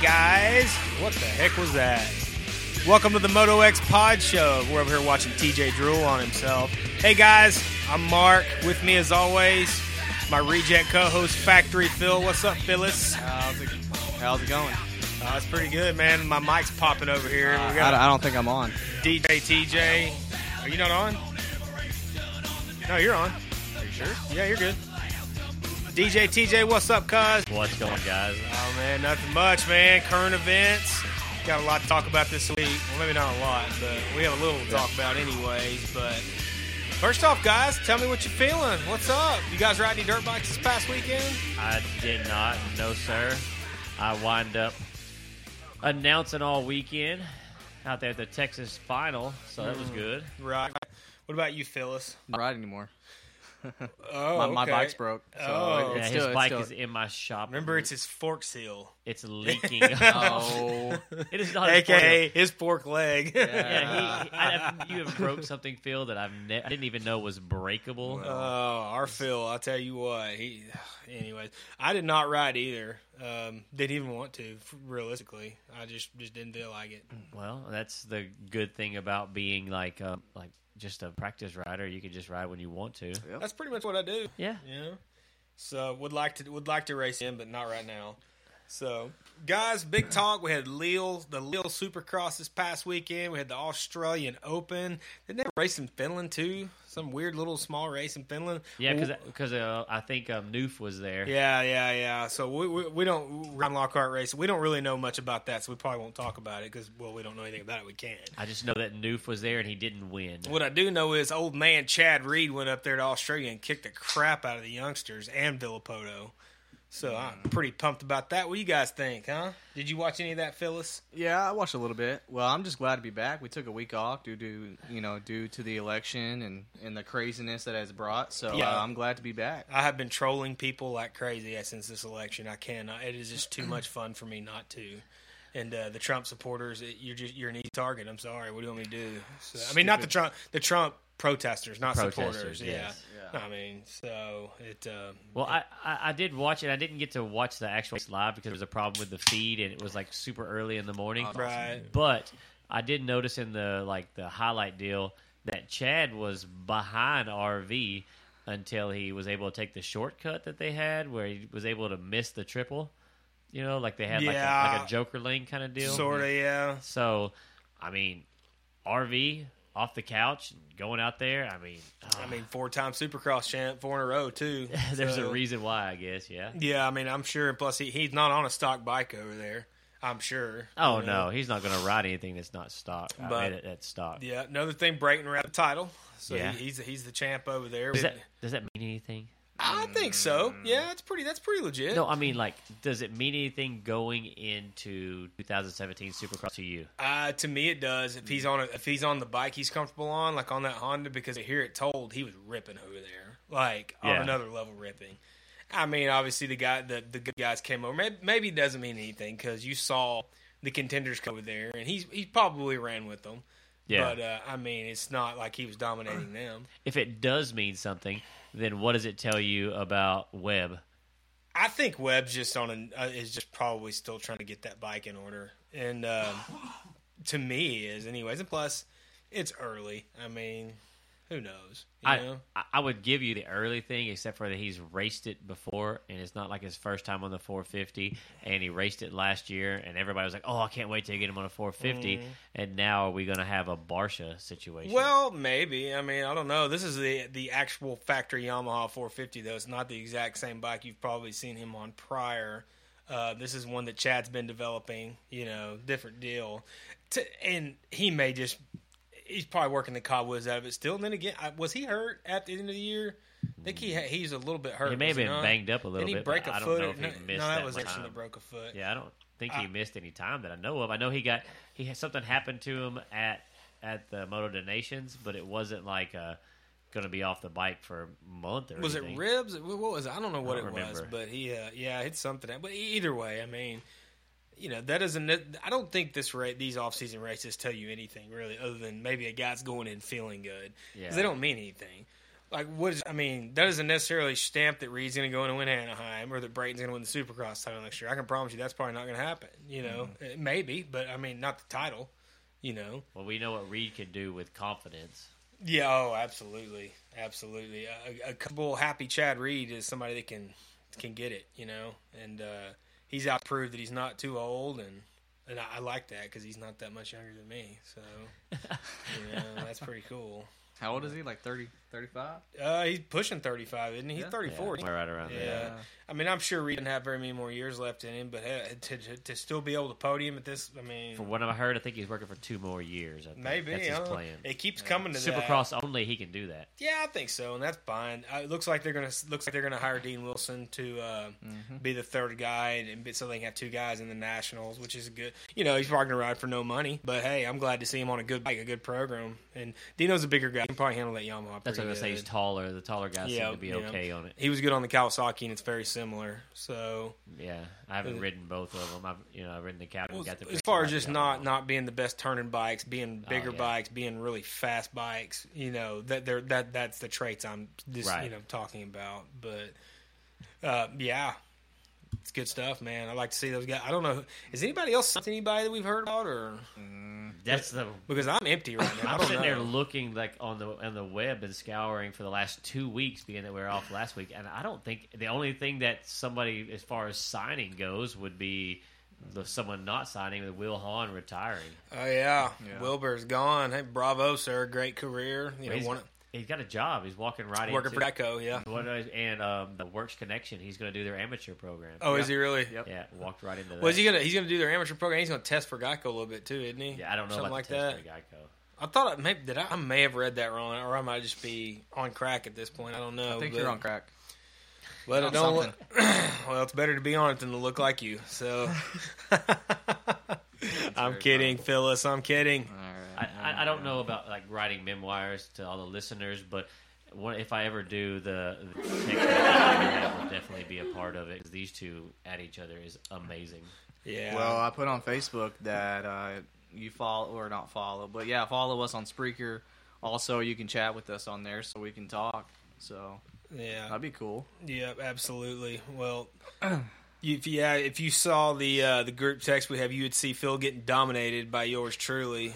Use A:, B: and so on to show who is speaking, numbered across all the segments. A: guys. What the heck was that? Welcome to the Moto X Pod Show. We're over here watching TJ drool on himself. Hey guys, I'm Mark. With me as always, my reject co-host Factory Phil. What's up, Phyllis?
B: How's it, how's it going?
A: Uh, it's pretty good, man. My mic's popping over here.
B: Uh, I,
A: We
B: don't,
A: got
B: I don't think I'm on.
A: DJ TJ. Are you not on? No, you're on.
C: Are you sure?
A: Yeah, you're good. DJ TJ, what's up, cuz?
C: What's going, guys?
A: Oh man, nothing much, man. Current events. Got a lot to talk about this week. Well, maybe not a lot, but we have a little to talk about, anyways. But first off, guys, tell me what you're feeling. What's up? You guys ride any dirt bikes this past weekend?
C: I did not, no sir. I wind up announcing all weekend out there at the Texas final, so that was good.
A: Right. What about you, Phyllis?
B: Not ride anymore.
A: Oh,
B: my, my
A: okay.
B: bike's broke. So
A: Oh.
B: it-
C: Yeah,
B: it's
C: his
B: still,
C: bike
B: it's
C: is
B: still,
C: in my shop.
A: Remember, it's his fork seal,
C: it's leaking.
B: Oh,
C: it is not. his
A: aka his fork leg.
C: fault. Yeah, he, I, I- you have broke something, Phil, that I've ne- I didn't even know was breakable.
A: Oh, our Phil, I'll tell you what. He, anyways, I did not ride either. Um, didn't even want to, f- realistically. I just just didn't feel like it.
C: Well, that's the good thing about being like um, like just a practice rider. You can just ride when you want to.
A: That's pretty much what I do.
C: Yeah.
A: You know, so would like to would like to race in, but not right now. So, guys, big talk. We had Lille, the Lille Supercross this past weekend. We had the Australian Open. Didn't they race in Finland too? Some weird little small race in Finland.
C: Yeah, because uh, I think um, Noof was there.
A: Yeah, yeah, yeah. So we, we, we don't Ryan Lockhart race. We don't really know much about that, so we probably won't talk about it because well, we don't know anything about it. We can.
C: I just know that Noof was there and he didn't win.
A: What I do know is old man Chad Reed went up there to Australia and kicked the crap out of the youngsters and Villapoto. So I'm pretty pumped about that. What do you guys think, huh? Did you watch any of that, Phyllis?
B: yeah, I watched a little bit. Well, I'm just glad to be back. We took a week off due to you know due to the election and and the craziness that has brought. So
A: Yeah.
B: uh, I'm glad to be back.
A: I have been trolling people like crazy eh, since this election. I cannot. It is just too much fun for me not to. And uh, the Trump supporters, it, you're just you're an easy target. I'm sorry. What do you want me to do? So, I mean, not the Trump the Trump protesters, not supporters.
C: Protesters, yes.
A: Yeah. I mean, so it. Um,
C: Well, I, I, I did watch it. I didn't get to watch the actual race live because there was a problem with the feed and it was like super early in the morning.
A: right.
C: But I did notice in the like the highlight deal that Chad was behind RV until he was able to take the shortcut that they had where he was able to miss the triple. You know, like they had like, a,
A: Yeah.
C: like a Joker lane kind of deal.
A: Sort of. Yeah.
C: So, I mean, RV off the couch and going out there. I mean, ah,
A: I mean, four time Supercross champ, four in a row too.
C: there's
A: So-
C: a reason why, I guess. Yeah.
A: Yeah, I mean, I'm sure. And plus, he, he's not on a stock bike over there. I'm sure.
C: Oh
A: You know?
C: no, he's not going to ride anything that's not stock. I
A: But-
C: mean, that- that's stock.
A: Yeah. Another thing, Brayton wrapped the title, so
C: Yeah.
A: he, he's he's the champ over there.
C: Does that does that mean anything?
A: I think so. Yeah, it's pretty. That's pretty legit.
C: No, I mean like, does it mean anything going into 2017 Supercross to you?
A: Uh, to me, it does. If he's on a, if he's on the bike he's comfortable on, like on that Honda, because I hear it told he was ripping over there, like on
C: Yeah.
A: another level ripping. I mean, obviously the guy the the good guys came over. Maybe, maybe it doesn't mean anything because you saw the contenders come over there, and he's he probably ran with them.
C: Yeah.
A: But uh, I mean, it's not like he was dominating them.
C: If it does mean something, then what does it tell you about Webb?
A: I think Webb's just on an, uh, is just probably still trying to get that bike in order, and um, to me he is anyways. And plus, it's early. I mean, who knows? You
C: I,
A: know?
C: I I would give you the early thing, except for that he's raced it before, and it's not like his first time on the 450. And he raced it last year, and everybody was like, "Oh, I can't wait to get him on a 450." And now are we going to have a Barsha situation?
A: Mm-hmm. Well, maybe. I mean, I don't know. This is the the actual factory Yamaha 450, though. It's not the exact same bike you've probably seen him on prior. Uh, this is one that Chad's been developing. You know, different deal. To, and he may just he's probably working the cobwebs out of it still. And then again, I, was he hurt at the end of the year? I think he ha- he's a little bit hurt.
C: he may have
A: was
C: been
A: not?
C: banged up a little
A: Did he
C: bit.
A: break
C: but
A: a
C: I don't
A: foot?
C: know
A: or-
C: if he
A: no,
C: missed
A: no, that,
C: that
A: was
C: much
A: Erickson that
C: time.
A: broke Ah. a foot.
C: Yeah, I don't think he missed any time that I know of. I know he got he had something happened to him at at the Moto Donations, but it wasn't like uh going to be off the bike for a month or
A: was it
C: anything.
A: ribs? Wh- What was it? I don't know what
C: don't
A: it was,
C: remember.
A: but he, uh, yeah, it's something. But e- either way, I mean, you know, that doesn't. I don't think this ra these off season races tell you anything really, other than maybe a guy's going in feeling good because
C: Yeah.
A: they don't mean anything. like what is I mean, that doesn't necessarily stamp that Reed's gonna go in and win Anaheim or that Brayton's gonna win the Supercross title next year. I can promise you that's probably not gonna happen. You know,
C: Mm-hmm.
A: It may be, but I mean, not the title. You know,
C: Well, we know what Reed can do with confidence.
A: yeah, oh, absolutely, absolutely. A, a comfortable, happy Chad Reed is somebody that can can get it. You know, and uh, he's out proved that he's not too old and. And I, I like that because he's not that much younger than me, so you know, that's pretty cool.
B: How old is he? Like 30, 35?
A: Uh, he's pushing thirty-five, isn't he? He's
B: Yeah.
A: thirty-four.
C: Yeah, right around
A: Yeah.
C: there.
A: I mean, I'm sure Reed didn't have very many more years left in him, but uh, to, to, to still be able to podium at this, I mean,
C: From what I heard, I think he's working for two more years. I think.
A: maybe
C: that's his
A: huh?
C: plan.
A: It keeps coming to that.
C: Supercross only, he can do that.
A: Yeah, I think so, and that's fine. Uh, it looks like they're gonna looks like they're gonna hire Dean Wilson to uh,
C: Mm-hmm.
A: be the third guy, and, and be- so they can have two guys in the Nationals, which is good. You know, he's probably gonna ride for no money, but hey, I'm glad to see him on a good bike, a good program. And Dino's a bigger guy; he can probably handle that Yamaha.
C: That's what I'm
A: pretty
C: gonna say.
A: good.
C: He's taller. The taller guys seem to be
A: yeah.
C: okay on it.
A: He was good on the Kawasaki, and it's very similar. So
C: Yeah, I haven't
A: Uh,
C: ridden both of them. I've you know I've ridden the cab
A: Well,
C: and got the
A: as far as
C: picture
A: just
C: of the
A: not
C: other
A: not being the best turning bikes, being
C: Oh,
A: bigger
C: yeah.
A: bikes, being really fast bikes, you know that they're that that's the traits I'm just
C: Right.
A: you know talking about. But uh, yeah, it's good stuff, man. I like to see those guys. I don't know, is anybody else signed to anybody that we've heard about or
C: one. That's the
A: because I'm empty right now. I
C: I'm
A: don't
C: sitting
A: know.
C: there looking like on the on the web and scouring for the last two weeks, being that we were off last week, and I don't think the only thing that somebody as far as signing goes would be the, someone not signing with Will Hahn retiring.
A: oh yeah.
B: Yeah.
A: Wilbur's gone. Hey, bravo, sir. Great career. You know,
C: He's-
A: one,
C: he's got a job. He's walking right
A: working for
C: into Mm-hmm.
A: Deco. Yeah.
C: What is- and um, the Works Connection. He's going to do their amateur program.
A: Oh, is he really?
B: Yep.
C: yeah, walked right into that.
A: Well, is he gonna he's gonna do their amateur program? He's gonna test for Geico a little bit too, isn't he?
C: yeah, I don't know
A: something
C: about
A: like
C: the
A: that.
C: test for Geico.
A: I thought I may, did I, I may have read that wrong, or I might just be on crack at this point. I don't know.
B: I think
A: but-
B: you're on crack.
A: But I
B: on
A: don't look- well, it's better to be on it than to look like you. So I'm
B: very
A: kidding, Phyllis. I'm kidding.
B: All right.
C: I, I, I don't know about like writing memoirs to all the listeners, but what, if I ever do the, the text, that will definitely be a part of it. 'cause These two at each other is amazing.
A: Yeah.
B: Well, I put on Facebook that uh, you follow or not follow, but yeah, follow us on Spreaker. Also, you can chat with us on there so we can talk. So
A: yeah.
B: that'd be cool.
A: Yeah. Absolutely. Well. If yeah, if you saw the uh, the group text we have, you would see Phil getting dominated by yours truly,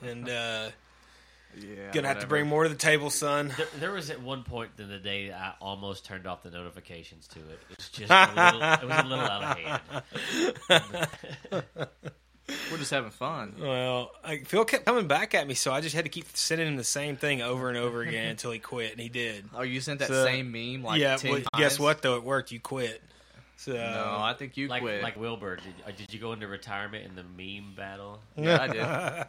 A: and uh,
B: Yeah,
A: gonna have to bring more to the table, son.
C: There, there was at one point in the day that I almost turned off the notifications to it. It's just a little, it was a little out of hand.
B: We're just having fun.
A: Well, I, Phil kept coming back at me, so I just had to keep sending him the same thing over and over again until he quit, and he did.
B: Oh, you sent that
A: So-
B: same meme like
A: yeah,
B: 10
A: well, guess
B: times?
A: what though? It worked. You quit. So
B: No, I think you
C: Like
B: quit.
C: like Wilbur, did, uh, did you go into retirement in the meme battle?
B: yeah, I did.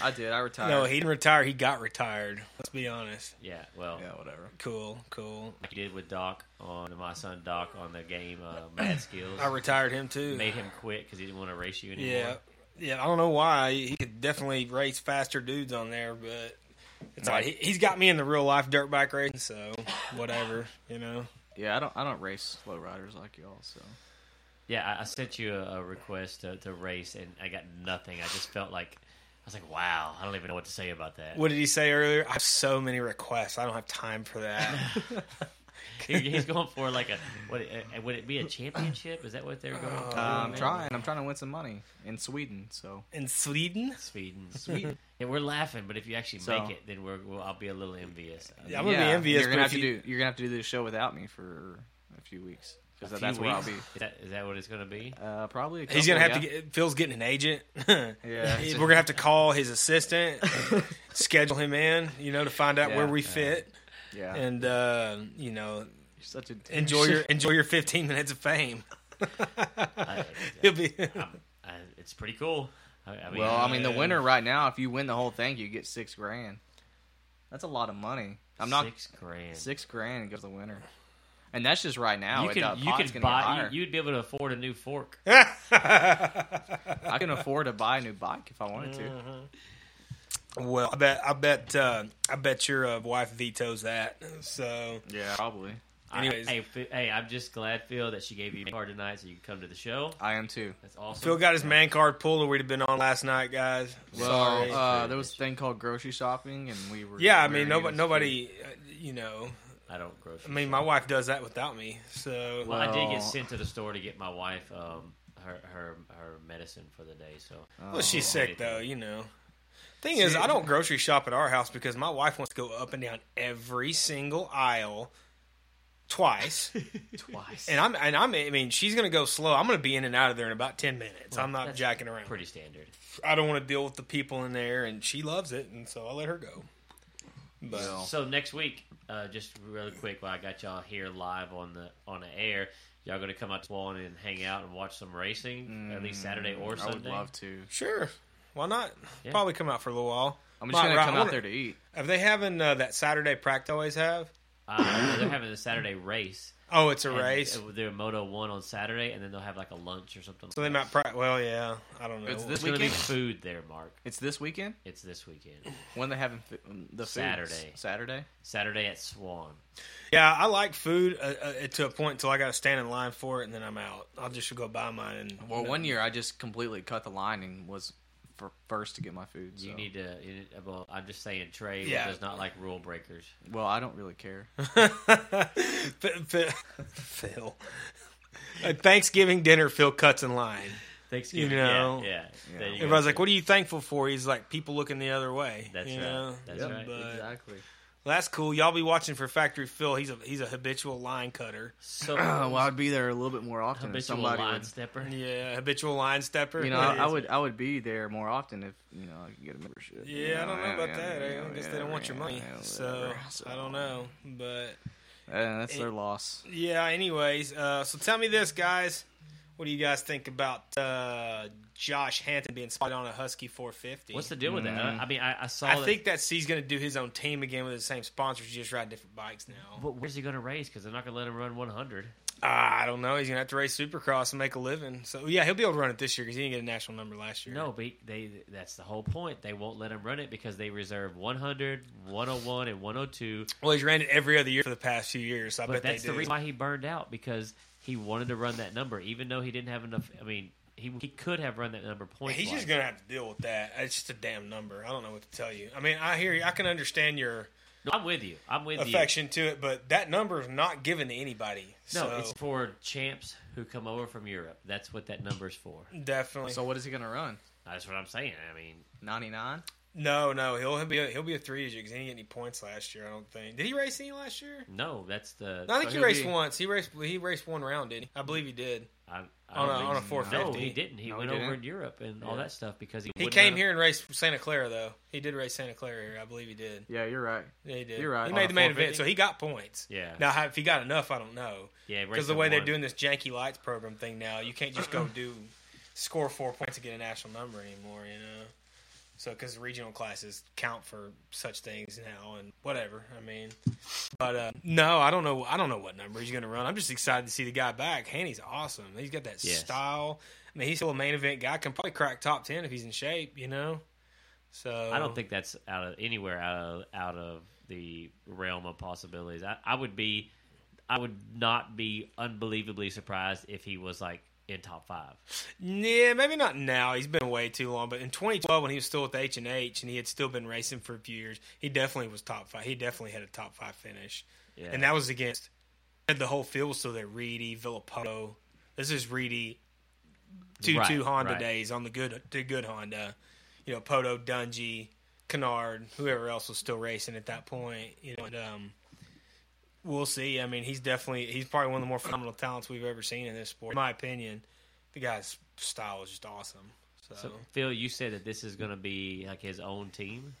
B: I did. I retired.
A: no, he didn't retire. He got retired. Let's be honest.
C: Yeah, well,
B: yeah, whatever.
A: Cool, cool.
C: like you did with Doc on my son Doc on the game uh, Mad Skills.
A: I retired him too.
C: Made him quit because he didn't want to race you anymore.
A: yeah, yeah. I don't know why he could definitely race faster dudes on there, but it's
C: Right.
A: like he, he's got me in the real life dirt bike racing, so whatever, you know.
B: Yeah, I don't. I don't race slow riders like y'all. So
C: Yeah, I, I sent you a, a request to, to race, and I got nothing. I just felt like I was like, wow, I don't even know what to say about that.
A: What did he say earlier? I have so many requests. I don't have time for that.
C: He- He's going for like a what? uh, Would it be a championship? Is that what they're going? for?
B: Uh, I'm
A: man.
B: Um, trying. I'm trying to win some money in Sweden. So
A: in Sweden.
C: Sweden, Sweden. and we're laughing, but if you actually
B: So-
C: make it, then we're, we'll, I'll be a little envious.
A: Yeah, I'm gonna be envious.
B: You're gonna
A: but
B: have
A: if
B: to
A: you-
B: do. You're gonna have to do this show without me for a few weeks
C: A
B: because
C: few
B: that's where I'll be.
C: weeks? Is that, is that what it's going to be?
B: Uh, probably. A couple,
A: He's gonna have
B: yeah.
A: to get Phil's getting an agent.
B: Yeah.
A: We're gonna have to call his assistant, schedule him in, you know, to find out
B: Yeah.
A: where we fit,
B: Yeah.
A: and uh, you know,
B: You're such a douche.
A: enjoy your enjoy your 15 minutes of fame.
C: I,
A: He'll be
C: I, it's pretty cool. I, I mean, uh,
B: well, I mean, the
A: Yeah.
B: winner right now, if you win the whole thing, you get six grand. That's a lot of money. I'm not
C: six grand.
B: six grand goes to the winner, and that's just right now.
C: you
B: It-
C: could
B: the
C: you
B: pot's gonna get
C: could buy.
B: higher.
C: You, you'd be able to afford a new fork.
B: I can afford to buy a new bike if I wanted to.
A: Mm-hmm. well. I bet I bet uh, I bet your uh, wife vetoes that. So
B: Yeah, probably.
A: Anyways.
C: I, hey, Phi- hey, I'm just glad, Phil, that she gave you a card tonight so you can come to the show.
B: I am too.
C: That's awesome.
A: Phil got his man card pulled, or we'd have been on last night, guys.
B: Well,
A: Sorry.
B: uh, there was a thing called grocery shopping, and we were
A: yeah, I
B: we were
A: mean,
B: eating
A: nobody,
B: food.
A: nobody, uh, you know,
C: I don't grocery.
A: I mean, my wife does that without me. So
C: Well, I did
B: Well-
C: get sent to the store to get my wife um her her her medicine for the day. So
A: Well, she's
C: Oh.
A: sick though, you know. Thing is, I don't grocery shop at our house because my wife wants to go up and down every single aisle twice,
B: twice.
A: and I'm and I'm I mean she's gonna go slow. I'm gonna be in and out of there in about ten minutes. I'm not
C: that's
A: jacking around.
C: pretty standard.
A: I don't want to deal with the people in there, and she loves it, and so I let her go. But
B: Well.
C: So next week, uh, just really quick, while I got y'all here live on the on the air, y'all gonna come out to Swan and hang out and watch some racing at least Saturday
A: Mm,
C: or
B: I
C: Sunday.
B: would love to.
A: sure, why not?
C: Yeah.
A: Probably come out for a little while.
B: I'm just
A: Might
B: gonna
A: ri-
B: come
A: I
B: out
A: wanna-
B: there to eat.
A: Are they having uh, that Saturday practice always have?
C: Uh, they're having a Saturday race.
A: Oh, it's a
C: and
A: race,
C: it- They're Moto One on Saturday, and then they'll have like a lunch or something.
A: so they might. Pra- well, yeah, I don't know.
B: It's
C: There's
B: this
C: gonna be
B: weekend.
C: food there, Mark.
B: It's this weekend
C: It's this weekend,
B: when they having fi- the food?
C: Saturday.
B: Saturday.
C: Saturday at Swan.
A: Yeah, I like food uh, uh, to a point until I got to stand in line for it, and then I'm out. I'll just go buy mine. And
B: Well, one year I just completely cut the line and was for first to get my food.
C: You
B: so-
C: need to. You need, well, I'm just saying, Trey
A: Yeah.
C: does not like rule breakers.
B: Well, I don't really care.
A: Ph- Ph- Phil, at Thanksgiving dinner, Phil cuts in line.
C: Thanksgiving,
A: You know.
C: yeah. yeah. There you go.
A: Everybody's like, "What are you thankful for?" He's like, "People looking the other way."
C: That's
A: you
C: right.
A: know?
C: That's right.
A: But-
B: exactly.
A: well, that's cool. Y'all be watching for Factory Phil. He's a he's a habitual line cutter.
C: So
B: well, I'd be there a little bit more often. If
C: habitual
B: somebody
C: line
B: would,
C: stepper.
A: Yeah, habitual line stepper.
B: you know, I,
A: It
B: I
A: is.
B: would, I would be there more often if you know I could get a membership.
A: Yeah, I don't know about that. I guess they don't want your money, so I don't know. But
B: Uh, that's their loss.
A: Yeah, anyways, uh, so tell me this, guys. What do you guys think about uh, Josh Hanton being spotted on a Husky 450?
C: What's the deal with that?
B: Mm.
C: I mean, I, I saw.
A: Mm-hmm. I
C: that,
A: think that's he's going to do his own team again with the same sponsors, just ride different bikes now.
C: But where's he going to race? Because they're not going to let him run 100.
A: Ah, I don't know. He's going to have to race Supercross and make a living. So, yeah, he'll be able to run it this year because he didn't get a national number last year.
C: No, but they that's the whole point. They won't let him run it because they reserve 100, 101, and 102.
A: Well, he's ran it every other year for the past few years. So I
C: But
A: bet
C: that's
A: they
C: the
A: do.
C: reason why he burned out because he wanted to run that number, even though he didn't have enough. I mean, he, he could have run that number point.
A: He's just gonna have to deal with that. It's just a damn number. I don't know what to tell you. I mean, I hear you. I can understand your
C: I'm with you. I'm with you.
A: affection to it, but that number is not given to anybody.
C: No,
A: so.
C: it's for champs who come over from Europe. That's what that number's for.
A: Definitely.
B: So what is he gonna run?
C: That's what I'm saying. I mean,
B: Ninety nine.
A: no, no, he'll be a, he'll be a three digit because he didn't get any points last year. I don't think. Did he race any last year?
C: no, that's the.
A: No, I think he
B: So he'll
A: raced
B: be-
A: once. He raced he raced one round, didn't he? I believe he did.
C: I, I
A: On
C: don't
A: a-
C: think-
A: on a
C: No,
A: 450.
C: he didn't. He
B: No, he
C: went over
B: didn't.
C: in Europe and all
B: Yeah.
C: that stuff because he
A: He
C: wouldn't
A: came
C: let-
A: here and raced Santa Clara though. He did race Santa Clara here, I believe he did.
B: Yeah, you're right.
A: Yeah, he did.
B: You're right.
A: He
B: On
A: made
B: a
A: the main event,
B: 450?
A: so he got points.
C: Yeah.
A: Now, how- if he got enough, I don't know.
C: Yeah,
A: Because the way they're doing this janky lights program thing now, you can't just go do score four points to get a national number anymore, you know. So because regional classes count for such things now and whatever, I mean. But uh, no, I don't know. I don't know what number he's going to run. I'm just excited to see the guy back. Haney's awesome. He's got that
C: Yes.
A: style. I mean, he's still a main event guy. Can probably crack top ten if he's in shape, you know. So
C: I
A: Uh-huh.
C: don't think that's out of anywhere out of out of the realm of possibilities. I, I would be, I would not be unbelievably surprised if he was like in top five.
A: Yeah, maybe not now. He's been away too long. But in 2012, when he was still with H and H, and he had still been racing for a few years, he definitely was top five. He definitely had a top five finish,
C: Yeah.
A: and that was against and the whole field was still there. Reedy, Villapoto. This is Reedy, two
C: Right,
A: two Honda
C: right.
A: days on the good the good Honda. You know, Poto, Dungy, Kennard, whoever else was still racing at that point. You know, and um, we'll see. I mean, he's definitely he's probably one of the more phenomenal talents we've ever seen in this sport, in my opinion. The guy's style is just awesome. So,
C: So Phil, you said that this is going to be like his own team.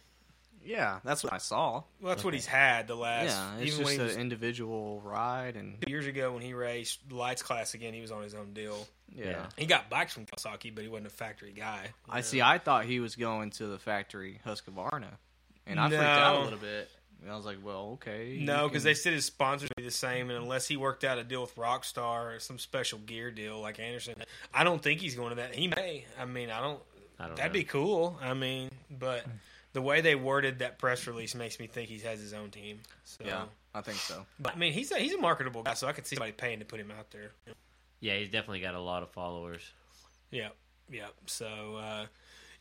B: Yeah, that's what I saw.
A: well, that's what
C: okay.
A: he's had the last
B: yeah, it's
A: even when
B: just
A: he
B: an
A: was
B: individual ride, and
A: two years ago when he raced lights class again, he was on his own deal.
B: yeah.
C: Yeah.
A: He got bikes from Kawasaki, but he wasn't a factory guy.
B: I see. I thought he was going to the factory Husqvarna, and I freaked out
A: No.
B: a little bit. And I was like, "Well, okay."
A: No,
B: you
A: because
B: can-
A: they said his sponsors would be the same, and unless he worked out a deal with Rockstar or some special gear deal like Anderson, I don't think he's going to that. He may. I mean, I don't.
C: I don't
A: That'd
C: know.
A: be cool. I mean, but the way they worded that press release makes me think he has his own team. So,
B: Yeah, I think so.
A: But I mean, he's a, he's a marketable guy, so I could see somebody paying to put him out there.
C: yeah, he's definitely got a lot of followers.
A: Yep, yep. So, uh,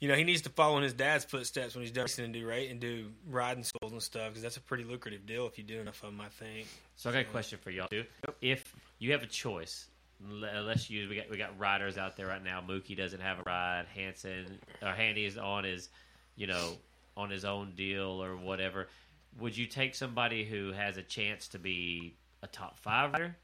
A: you know, he needs to follow in his dad's footsteps when he's done racing and do right and do riding schools and stuff because that's a pretty lucrative deal if you do enough of them. I think.
C: So I got a question for y'all too. If you have a choice, l- unless you we got we got riders out there right now. Mookie doesn't have a ride. Hanson or Handy is on his, you know, on his own deal or whatever. Would you take somebody who has a chance to be a top five rider?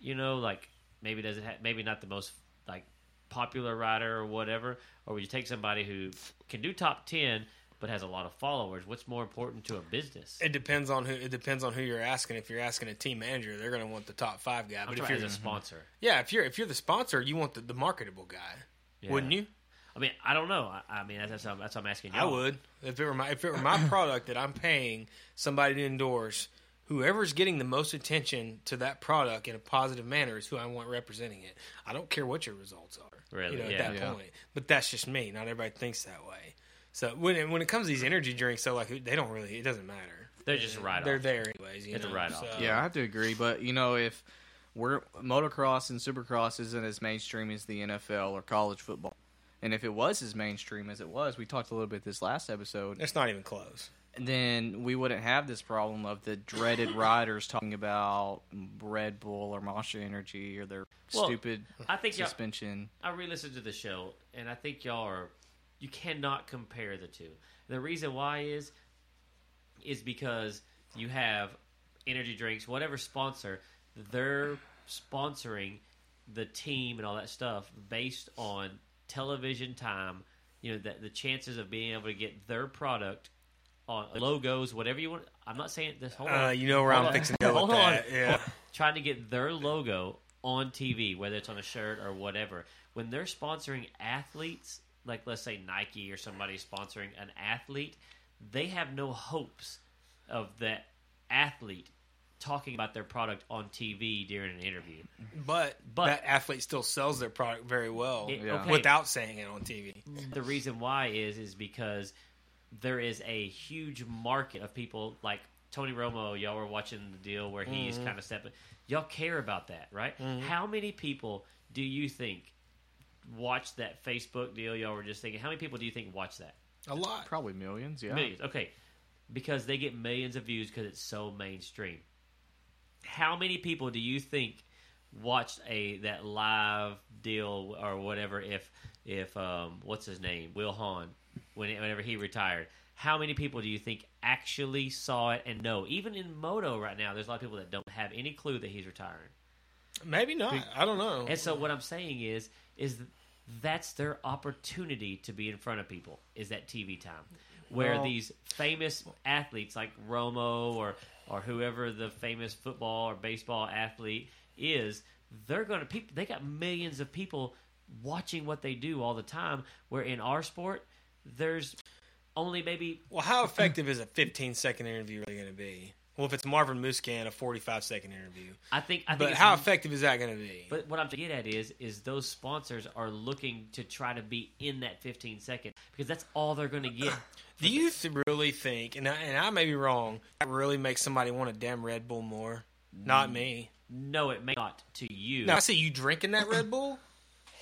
C: You know, like maybe doesn't have maybe not the most like popular rider or whatever, or would you take somebody who can do top ten but has a lot of followers? What's more important to a business?
A: It depends on who. It depends on who you're asking. If you're asking a team manager, they're going to want the top five guy.
C: I'm
A: But if
C: talking
A: you're
C: as a sponsor.
A: yeah, if you're if you're the sponsor, you want the, the marketable guy, wouldn't
C: Yeah.
A: you?
C: I mean, I don't know. I, I mean, that's, that's, what I'm- that's what I'm asking you.
A: I would if it were my if it were my product that I'm paying somebody to endorse. Whoever's getting the most attention to that product in a positive manner is who I want representing it. I don't care what your results are,
C: Really?
A: You know,
C: Yeah.
A: at that
B: Yeah.
A: point, but that's just me. Not everybody thinks that way. So when it, when it comes to these energy drinks, so like they don't really, it doesn't matter.
C: They're just right
A: They're
C: off.
A: there anyways. You
C: It's a
A: know?
C: write-off.
A: So-
B: Yeah, I have to agree, but you know, if we're motocross and supercross isn't as mainstream as the NFL or college football, and if it was as mainstream as it was, we talked a little bit this last episode,
A: it's not even close.
B: then we wouldn't have this problem of the dreaded riders talking about Red Bull or Masha Energy or their
C: Well,
B: stupid
C: I think y'all-
B: suspension.
C: I re-listened to the show, and I think y'all are. You cannot compare the two. The reason why is, is because you have energy drinks, whatever sponsor, they're sponsoring the team and all that stuff based on television time. You know, the, the chances of being able to get their product on logos, whatever you want. I'm not saying this whole.
A: Uh, you know where I'm fixing to go with that. Yeah.
C: Trying to get their logo on TV, whether it's on a shirt or whatever. When they're sponsoring athletes, like let's say Nike or somebody sponsoring an athlete, they have no hopes of that athlete talking about their product on TV during an interview.
A: But,
C: But-
A: that athlete still sells their product very well
C: It-
B: Yeah.
C: okay.
A: without saying it on TV.
C: the reason why is is because there is a huge market of people like Tony Romo. Y'all were watching the deal where he's kind of stepping. Y'all care about that, right? How many people do you think watch that Facebook deal? Y'all were just thinking. How many people do you think watch that?
A: A lot.
B: Probably millions, yeah.
C: Millions. Okay. Because they get millions of views because it's so mainstream. How many people do you think watched a that live deal or whatever if if um what's his name? Will Hahn when whenever he retired. How many people do you think actually saw it and know? Even in Moto right now, there's a lot of people that don't have any clue that he's retiring.
A: Maybe not. I don't know.
C: And so what I'm saying is is that's their opportunity to be in front of people is that TV time where
B: Well-
C: these famous athletes like Romo or or whoever the famous football or baseball athlete is they're going to people they got millions of people watching what they do all the time where in our sport there's only maybe
A: Well, how effective is a 15 second interview really going to be? Well, if it's Marvin Muscan, a 45 second interview.
C: I think I think
A: But
C: it's
A: how effective is that going to be?
C: But what I'm to get at is, is those sponsors are looking to try to be in that 15 second because that's all they're going to get.
A: Do you th- really think, and I, and I may be wrong, that really makes somebody want a damn Red Bull more?
C: Mm.
A: Not me.
C: No, it may not to you.
A: Now, I see you drinking that Red Bull?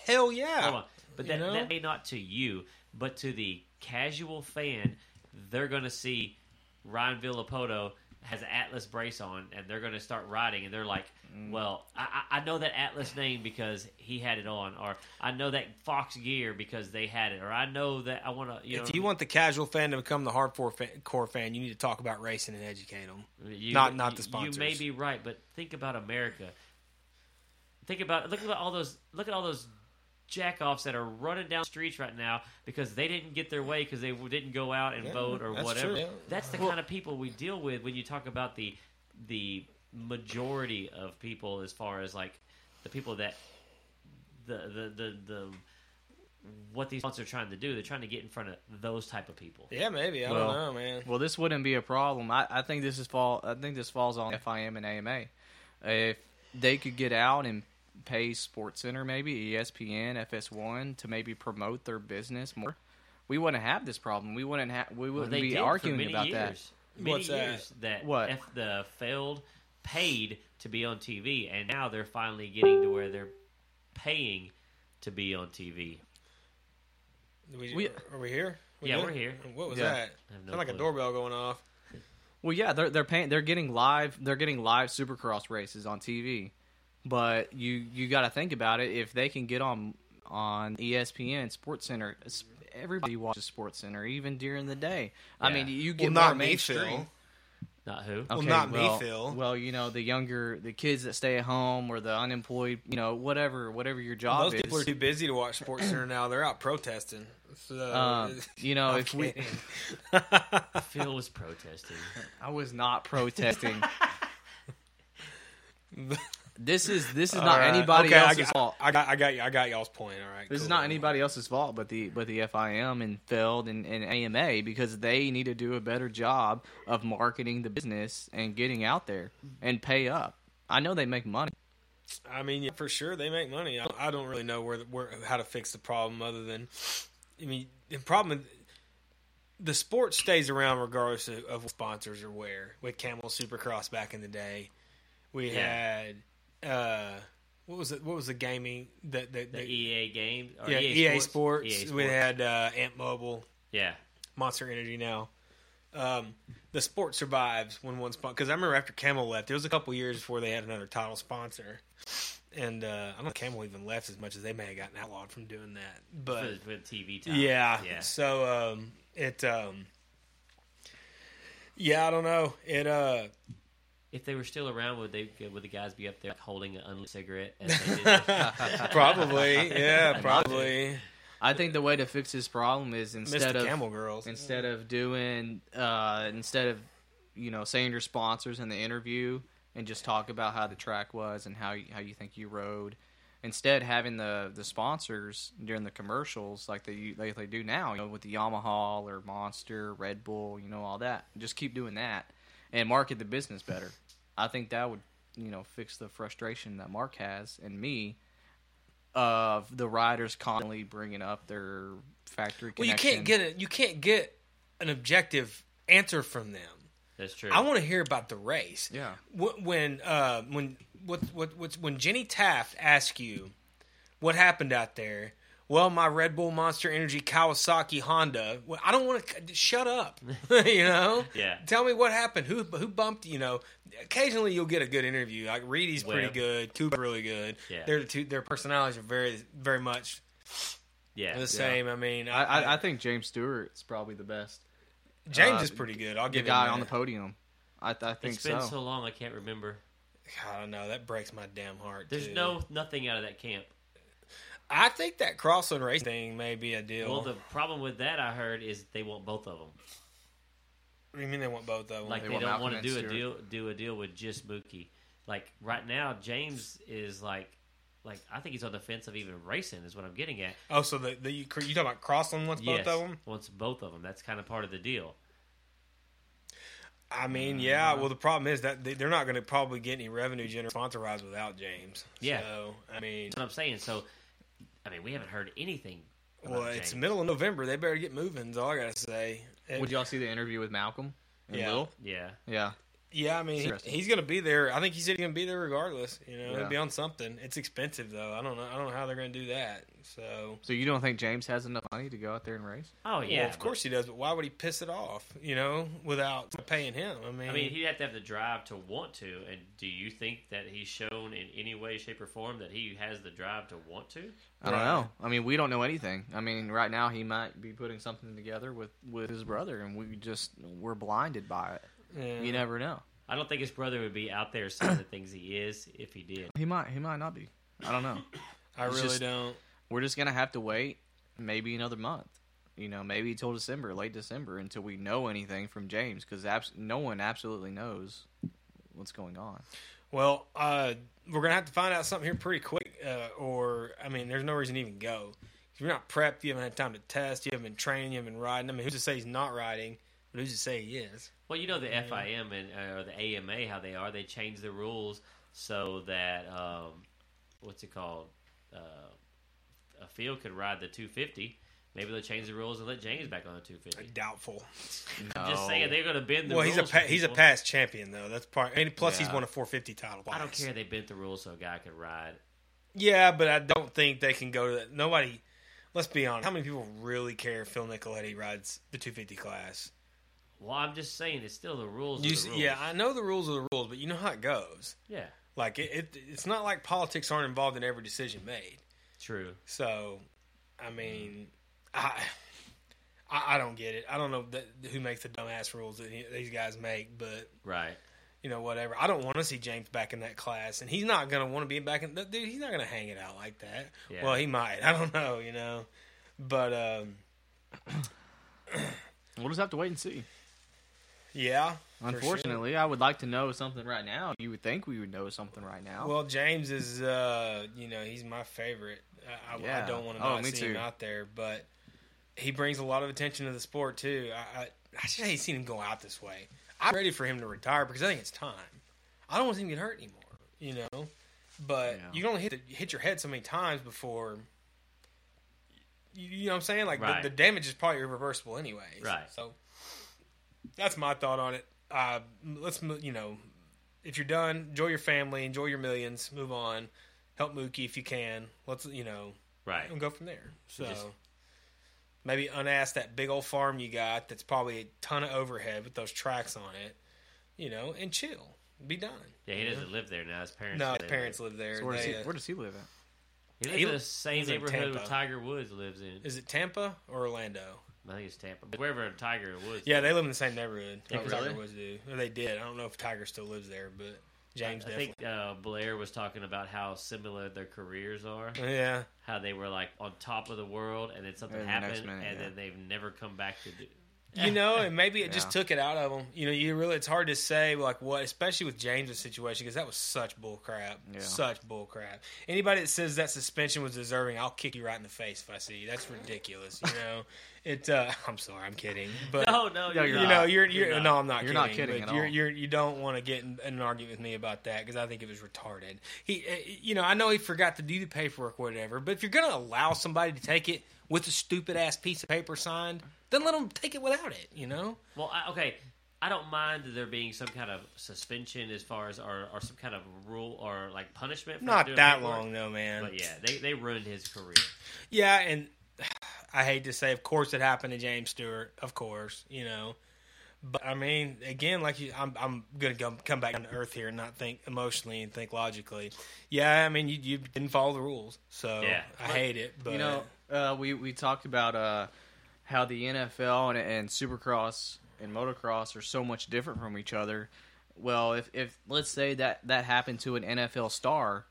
A: Hell yeah.
C: Hold on. But
A: You
C: that,
A: know?
C: that may not to you, but to the casual fan, they're going to see Ryan Villapoto has an Atlas brace on, and they're going to start riding, and they're like,
A: Mm.
C: "Well, I, I I know that Atlas name because he had it on, or I know that Fox gear because they had it, or I know that I want to." You know,
A: If you want the casual fan to become the hardcore fan, core fan, you need to talk about racing and educate them.
C: You,
A: Not- not the
C: you- You may
A: sponsors.
C: be right, but think about America. Think about look at all those look at all those jackoffs that are running down streets right now because they didn't get their way because they w- didn't go out and
A: Yeah,
C: vote or
A: that's
C: whatever.
A: true, yeah.
C: That's the
A: Well-
C: kind of people we deal with when you talk about the the majority of people as far as like the people that the the the, the what these sponsors are trying to do, they're trying to get in front of those type of people.
A: Yeah, maybe. I
B: Well-
A: don't know, man.
B: Well, this wouldn't be a problem. I, I think this is fall. I think this falls on FIM and AMA. If they could get out and pay Sports Center, maybe E ESPN, FS1 to maybe promote their business more, we wouldn't have this problem. We wouldn't have. We
C: Well,
B: wouldn't
C: they
B: be
C: did for
B: arguing
C: many
B: about that.
C: years. Many
A: What's that?
C: years that,
B: What?
C: F the failed paid to be on TV, and now they're finally getting to where they're paying to be on TV.
A: We,
B: We-
A: are we here? We
C: Yeah,
A: good?
C: we're here.
A: What was
B: Yeah.
A: that?
C: I have no
A: Sound like a
C: clue.
A: doorbell going off.
B: Well, yeah, they're they're paying, they're getting live they're getting live Supercross races on TV, but you you got to think about it. If they can get on on E ESPN, Sports Center, everybody watches Sports Center even during the day. I mean,
C: Yeah.
B: you
A: Well,
B: get more
A: not me,
B: mainstream.
A: Phil.
C: Not who?
B: Oh.
A: Well, not me, Phil.
B: Well, you know the younger the kids that stay at home or the unemployed, you know whatever whatever your job
A: Those
B: is.
A: people are too busy to watch Sports Center now. They're out protesting. So,
B: Um, you know,
A: I'm
B: if we-
A: kidding.
C: Phil was protesting.
B: I was not protesting. this is this is not
A: All right.
B: anybody
A: Okay, I
B: else's
A: got-
B: fault.
A: I got, I got, y- I got y'all's point. All right,
B: This is
A: cool.
B: not anybody else's fault, but the but the FIM and Feld and, and AMA because they need to do a better job of marketing the business and getting out there and pay up. I know they make money.
A: I mean, yeah, for sure they make money. I, I don't really know where, the, where how to fix the problem other than, I mean, the problem. The sport stays around regardless of, of what sponsors are where. With Camel Supercross back in the day, we
C: Yeah.
A: had uh, what was it? What was the gaming that that
C: The
A: that-
C: EA game? Or E
A: yeah, EA, Sports.
C: EA
A: We had uh, Amp Mobile,
C: yeah.
A: Monster Energy now. Um, the sport survives when one sponsor. Because I remember after Camel left, it was a couple years before they had another title sponsor, and uh, I don't think Camel even left as much as they may have gotten outlawed from doing that. But
C: For, for the TV time.
A: yeah.
C: Yeah.
A: So um, it. Um, yeah, I don't know. It. Uh,
C: If they were still around, would they? Would the guys be up there like, holding an unlit cigarette? As they did?
A: probably. Yeah. Probably.
B: I think the way to fix this problem is
A: Missed
B: instead
A: the
B: of
A: Camel girls.
B: instead of doing uh, instead of you know saying your sponsors in the interview and just talk about how the track was and how you, how you think you rode instead having the the sponsors during the commercials like they like they do now you know with the Yamaha or Monster Red Bull you know all that just keep doing that and market the business better I think that would you know fix the frustration that Mark has and me of the riders constantly bringing up their factory
A: Well, you
B: connection.
A: can't get it. You can't get an objective answer from them.
C: That's true.
A: I want to hear about the race.
B: Yeah.
A: Wh- When uh, when what what what's when Jenny Taft asked you what happened out there? Well, my Red Bull Monster Energy Kawasaki Honda. Well, I don't want to shut up. you know.
C: Yeah.
A: Tell me what happened. Who who bumped? You know. Occasionally you'll get a good interview. Like Reedy's pretty
C: Webb.
A: good. Cooper really good.
C: Yeah.
A: Their two their personalities are very very much
C: yeah.
A: the same. I mean,
B: I, I, I think James Stewart's probably the best.
A: James
B: uh,
A: is pretty good. I'll
B: The
A: give him
B: guy
A: that.
B: on the podium. I, I think
C: It's been
B: so.
C: so long, I can't remember.
A: I don't know. That breaks my damn heart.
C: There's
A: too.
C: no nothing out of that camp.
A: I think that crossland race thing may be a deal.
C: Well, the problem with that I heard is they want both of them.
A: What do you mean they want both of them?
C: Like
B: They
C: they,
B: want
C: don't
B: Malcolm
C: want to
B: and
C: do a
B: Stewart.
C: deal do a deal with just Mookie. Like right now, James is like, like I think he's on the fence of even racing. Is what I'm getting at.
A: oh, so the, the you talking about crossland wants
C: yes,
A: both of them?
C: wants both of them. That's kind of part of the deal.
A: I mean, yeah.
C: Uh-huh.
A: Well, the problem is that they, they're not going to probably get any revenue generated sponsor wise without James.
C: Yeah.
A: So I mean,
C: That's what I'm saying. So, I mean, we haven't heard anything. About
A: well, it's
C: James.
A: middle of November. They better get moving. Is all I gotta say. It-
B: Would y'all see the interview with Malcolm? And
A: Yeah.
B: Lil?
C: yeah.
B: Yeah.
A: yeah, I mean,
B: Interesting.
A: he's going to be there. I think he said he's going to be there regardless. You know,
B: Yeah.
A: he'll be on something. It's expensive though. I don't know. I don't know how they're going to do that. So.
B: So you don't think James has enough money to go out there and race?
C: Oh yeah.
A: well, of
C: but-
A: course he does, but why would he piss it off? You know, without paying him. I mean,
C: I mean, he'd have to have the drive to want to. And do you think that he's shown in any way, shape, or form that he has the drive to want to?
B: I don't
A: Right.
B: know. I mean, we don't know anything. I mean, right now he might be putting something together with with his brother, and we just we're blinded by it.
A: yeah.
B: You never know.
C: I don't think his brother would be out there saying the things he is if he did.
B: He might. He might not be. I don't know.
A: I
B: It's
A: really
B: just-
A: don't.
B: we're just gonna have to wait maybe another month you know maybe till december late december until we know anything from james because abs- no one absolutely knows what's going on
A: Well, uh, we're gonna have to find out something here pretty quick, uh, or I mean, there's no reason to even go. If you're not prepped, you haven't had time to test, you haven't been training, you haven't been riding. I mean, who's to say he's not riding? But who's to say he is?
C: Well, you know the FIM and uh, or the AMA how they are. They change the rules so that um, what's it called? Uh, a field could ride the 250. Maybe they'll change the rules and let James back on the 250.
A: Doubtful.
C: I'm just saying they're going to bend the
A: well,
C: rules.
A: he's a pa-
C: for
A: he's a
C: people.
A: past champion though. That's part. And plus, he's
B: Yeah.
A: won a 450 title.
C: I don't
A: twice.
C: care. They bent the rules so a guy could ride.
A: Yeah, but I don't think they can go to that. Nobody. let's be honest. How many people really care if Phil Nicoletti rides the 250 class?
C: Well, I'm just saying it's still the rules.
A: You
C: are the
A: s-
C: rules.
A: yeah, I know the rules are the rules, but you know how it goes.
C: yeah,
A: Like it, it, it's not like politics aren't involved in every decision made.
C: true.
A: So, I mean, I, I, I don't get it. I don't know that, who makes the dumbass rules that he, these guys make, but
C: Right.
A: you know, whatever. I don't want to see James back in that class, and he's not going to want to be back in. Dude, he's not going to hang it out like that.
C: Yeah.
A: Well, he might. I don't know. You know, but um,
B: We'll just have to wait and see.
A: yeah. for sure.
B: Unfortunately, I would like to know something right now. You would think we would know something right now.
A: Well, James is, uh, you know, he's my favorite. I, I- I
B: Yeah.
A: don't want to
B: Oh,
A: not
B: me
A: see him
B: too.
A: out there, but he brings a lot of attention to the sport too. I, I, I just hate seeing him go out this way. I'm ready for him to retire because I think it's time. I don't want to see him get hurt anymore, you know. But
B: Yeah.
A: you can only hit the, hit your head so many times before. You, you know what I'm saying? Like
C: Right.
A: the, the damage is probably irreversible anyway.
C: Right.
A: So that's my thought on it. Uh, let's mo- you know, if you're done, enjoy your family, enjoy your millions, move on, help Mookie if you can. Let's you know,
C: Right.
A: and go from there. So
C: Just-
A: maybe unass that big old farm you got that's probably a ton of overhead with those tracks on it, you know, and chill, be done.
C: Yeah, he doesn't live there now. His parents.
A: No,
C: live
A: his
C: there.
A: parents live there.
B: So where, does
A: They,
B: he,
A: uh,
B: where does he live at?
C: He lives
A: He
C: in
A: li-
C: the same
A: he's in
C: neighborhood where
A: Tampa.
C: Tiger Woods lives in.
A: uh, is it Tampa or Orlando?
C: I think it's Tampa, but wherever Tiger Woods.
A: Yeah, they live in the same neighborhood.
C: Oh,
A: Tiger
C: really?
A: Woods do. Or they did. I don't know if Tiger still lives there, but James
C: I
A: definitely.
C: think uh, Blair was talking about how similar their careers are,
A: yeah.
C: how they were like on top of the world, and then something
B: And the next
C: happened,
B: minute,
C: and
B: yeah.
C: then they've never come back to do.
A: you know, and maybe it just
B: Yeah.
A: took it out of them. You know, you really it's hard to say like what, especially with James's situation because that was such bull crap,
B: Yeah.
A: such bull crap. Anybody that says that suspension was deserving, I'll kick you right in the face if I see you. That's ridiculous. You know, it. Uh, I'm sorry, I'm kidding, but
C: No, no,
B: No,
C: you're,
B: you're
A: you
C: not.
A: know, Oh, you're, you're,
C: not.
A: no, I'm not.
B: You're
A: kidding,
B: not kidding
A: but
B: at
A: you're,
B: all.
A: You're, you don't want to get in, in an argument with me about that because I think it was retarded. He, uh, you know, I know he forgot to do the paperwork, or whatever. But if you're going to allow somebody to take it with a stupid ass piece of paper signed, then let them take it without it. You know.
C: Well, I, okay, I don't mind there being some kind of suspension as far as or, or some kind of rule or like punishment. For
A: Not
C: doing
A: that
C: paperwork,
A: long though, man.
C: but yeah, they they ruined his career.
A: Yeah, and I hate to say, of course, it happened to James Stewart. Of course, you know. But I mean, again, like you, I'm, I'm gonna come come back down to earth here and not think emotionally and think logically. Yeah, I mean, you, you didn't follow the rules, so
C: Yeah.
A: I hate it. But
B: you know, uh, we we talked about uh, how the NFL and, and Supercross and motocross are so much different from each other. Well, if if let's say that that happened to an NFL star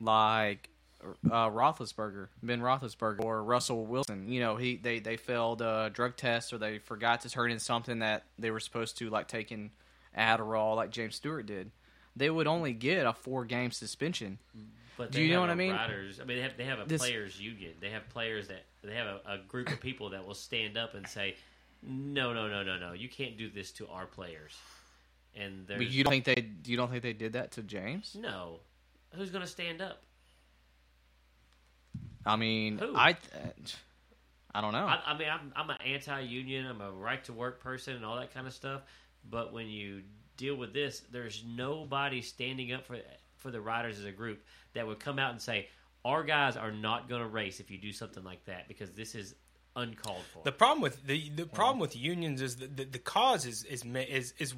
B: like uh, Roethlisberger, Ben Roethlisberger, or Russell Wilson, you know, he they they failed uh, drug tests or they forgot to turn in something that they were supposed to, like taking Adderall, like James Stewart did. They would only get a four game suspension.
C: But
B: Do
C: they
B: you know what
C: have a
B: I mean?
C: Riders, I mean, they have they have a
B: This-
C: players union. They have players that they have a, a group of people that will stand up and say, "No, no, no, no, no, you can't do this to our players." And
B: But
C: there's
B: you don't think they you don't think they did that to James?
C: no, who's going to stand up?
B: I mean,
C: Who?
B: I, th- I don't know.
C: I, I mean, I'm I'm an anti-union. I'm a right-to-work person and all that kind of stuff. But when you deal with this, there's nobody standing up for for the riders as a group that would come out and say, "Our guys are not going to race if you do something like that because this is uncalled for."
A: the problem with the the
B: Mm-hmm.
A: problem with unions is that the, the cause is is me- is is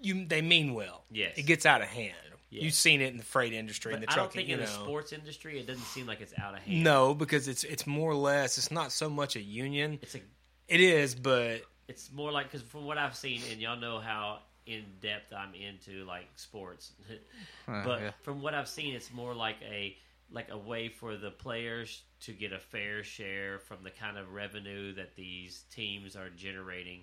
A: you they mean well.
C: Yes.
A: it gets out of hand.
C: Yes.
A: You've seen it in the freight industry, in
C: but
A: the
C: I
A: trucking.
C: don't think
A: you
C: in
A: know.
C: the sports industry it doesn't seem like it's out of hand.
A: no, because it's it's more or less it's not so much a union.
C: it's a
A: It is, but
C: it's more like because from what I've seen, and y'all know how in depth I'm into like sports, but
B: yeah.
C: from what I've seen, it's more like a like a way for the players to get a fair share from the kind of revenue that these teams are generating,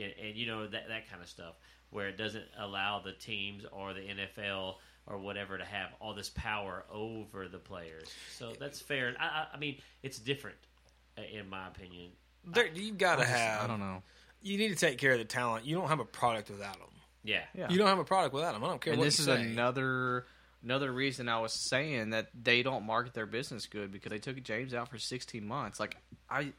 C: and, and you know that that kind of stuff, where it doesn't allow the teams or the NFL. Or whatever to have all this power over the players, so that's fair. I, I, I mean, it's different, uh, in my opinion.
A: There, you gotta
B: I just-
A: have.
B: I don't know.
A: You need to take care of the talent. You don't have a product without them.
C: Yeah,
B: Yeah.
A: You don't have a product without them. I don't care.
B: and
A: what
B: this
A: you
B: is
A: say.
B: another another reason I was saying that they don't market their business good because they took James out for 16 months. Like I,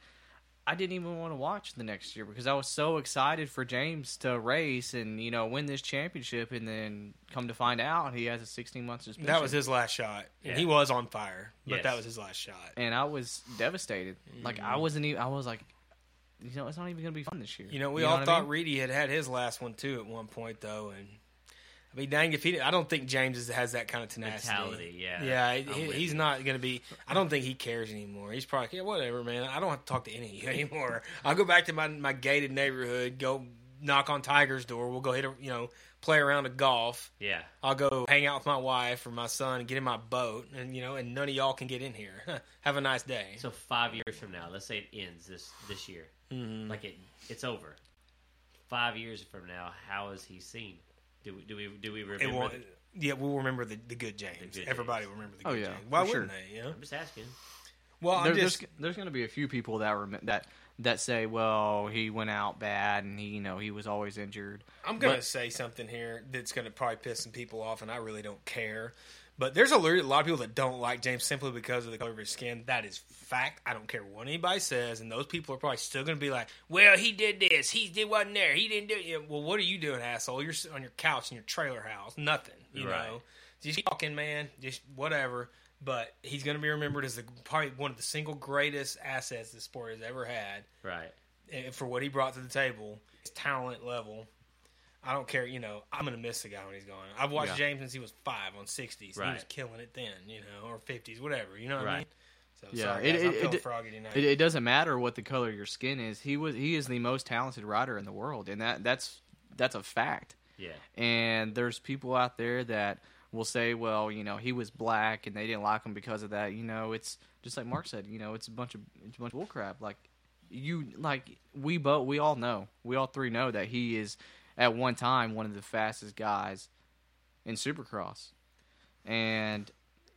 B: I didn't even want to watch the next year because I was so excited for James to race and you know win this championship, and then come to find out he has a 16 month suspension.
A: That was his last shot. And
C: Yeah.
A: He was on fire, but
C: Yes.
A: that was his last shot.
B: and I was devastated. Like I wasn't even. I was like, you know, it's not even gonna be fun this year.
A: You know, we
B: know
A: all
B: what I
A: thought
B: mean?
A: Reedy had had his last one too at one point, though, and I mean, dang if he. did- I don't think James is- has that kind of tenacity.
C: Mentality, yeah.
A: yeah.
C: I'm
A: he-
C: with
A: he's not going to be. I don't think he cares anymore. He's probably yeah, whatever, man. I don't have to talk to any of you anymore. I'll go back to my my gated neighborhood. Go knock on Tiger's door. We'll go hit a you know play around a golf.
C: Yeah.
A: I'll go hang out with my wife or my son and get in my boat, and you know, and none of y'all can get in here. have a nice day.
C: So five years from now, let's say it ends this this year,
A: Mm-hmm.
C: like it it's over. Five years from now, how is he seen? Do we do we do we remember?
A: it won't. Yeah, we'll remember the, the good James.
C: good
A: Everybody
C: James.
A: will remember the
B: Oh,
A: good
B: yeah,
A: James. Why
B: for sure.
A: wouldn't they? You know?
C: I'm just asking.
A: Well, I'm
B: There-
A: just
B: there's there's gonna be a few people that rem- that that say, well, he went out bad and he you know he was always injured.
A: I'm gonna
B: but-
A: say something here that's gonna probably piss some people off, and I really don't care. But there's a lot a lot of people that don't like James simply because of the color of his skin. That is fact. I don't care what anybody says, and those people are probably still gonna be like, "Well, he did this. He did wasn't there. He didn't do it." Yeah, well, what are you doing, asshole? You're sitting on your couch in your trailer house, nothing. You
C: Right.
A: know, just talking, man. Just whatever. But he's gonna be remembered as the probably one of the single greatest assets this sport has ever had
C: Right.
A: and eh, for what he brought to the table, his talent level. I don't care, you know, I'm gonna miss the guy when he's gone. I've watched
B: Yeah.
A: James since he was five on sixties. He was
C: Right.
A: killing it then, you know, or fifties, whatever. You know what I
C: Right.
A: mean? So
B: Yeah,
A: sorry
B: it-
A: guys,
B: it- it
A: I'm
B: d-
A: feeling froggy tonight.
B: It, it doesn't matter what the color of your skin is. He was he is the most talented rider in the world, and that that's that's a fact.
C: Yeah.
B: And there's people out there that will say, well, you know, he was black and they didn't like him because of that. You know, it's just like Mark said. You know, it's a bunch of it's a bunch of bullcrap. Like you, like we both, we all know, we all three know that he is at one time one of the fastest guys in Supercross, and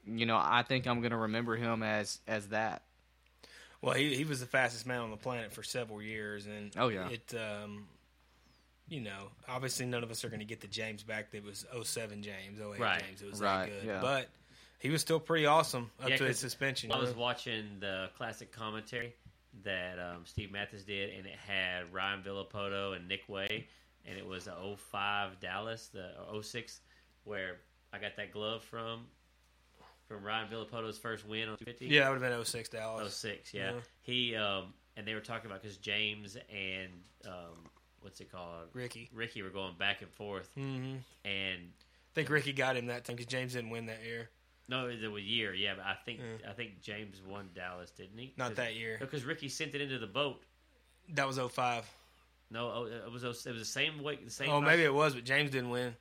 B: you know, I think I'm gonna remember him as as that.
A: well, he he was the fastest man on the planet for several years and
B: Oh, yeah.
A: It um you know, obviously none of us are gonna get the James back that was 07 James, 08
C: Right.
A: James. It was
B: Right,
A: that good.
B: yeah.
A: But he was still pretty awesome up
C: Yeah,
A: to his
C: 'cause
A: suspension.
C: I was watching the classic commentary that um, Steve Mathis did, and it had Ryan Villapoto and Nick Way, and it was the 05 Dallas, the or 06, where I got that glove from from Ryan Villapoto's first win on 250.
A: yeah, that would have been 06
B: Oh,
A: Dallas.
C: 06, Oh, yeah.
A: Yeah.
C: He um, and they were talking about because James and um, what's it called,
A: Ricky.
C: Ricky, were going back and forth,
A: Mm-hmm.
C: and
A: I think Ricky got him that time because James didn't win that year.
C: No, it was a year. Yeah, but I think
A: Yeah.
C: I think James won Dallas, didn't he?
A: Not
C: 'Cause-
A: that year.
C: No, because Ricky sent it into the boat.
A: That was 05.
C: No, oh, it was it was the same way. The same.
A: Oh, maybe it was, but James didn't win.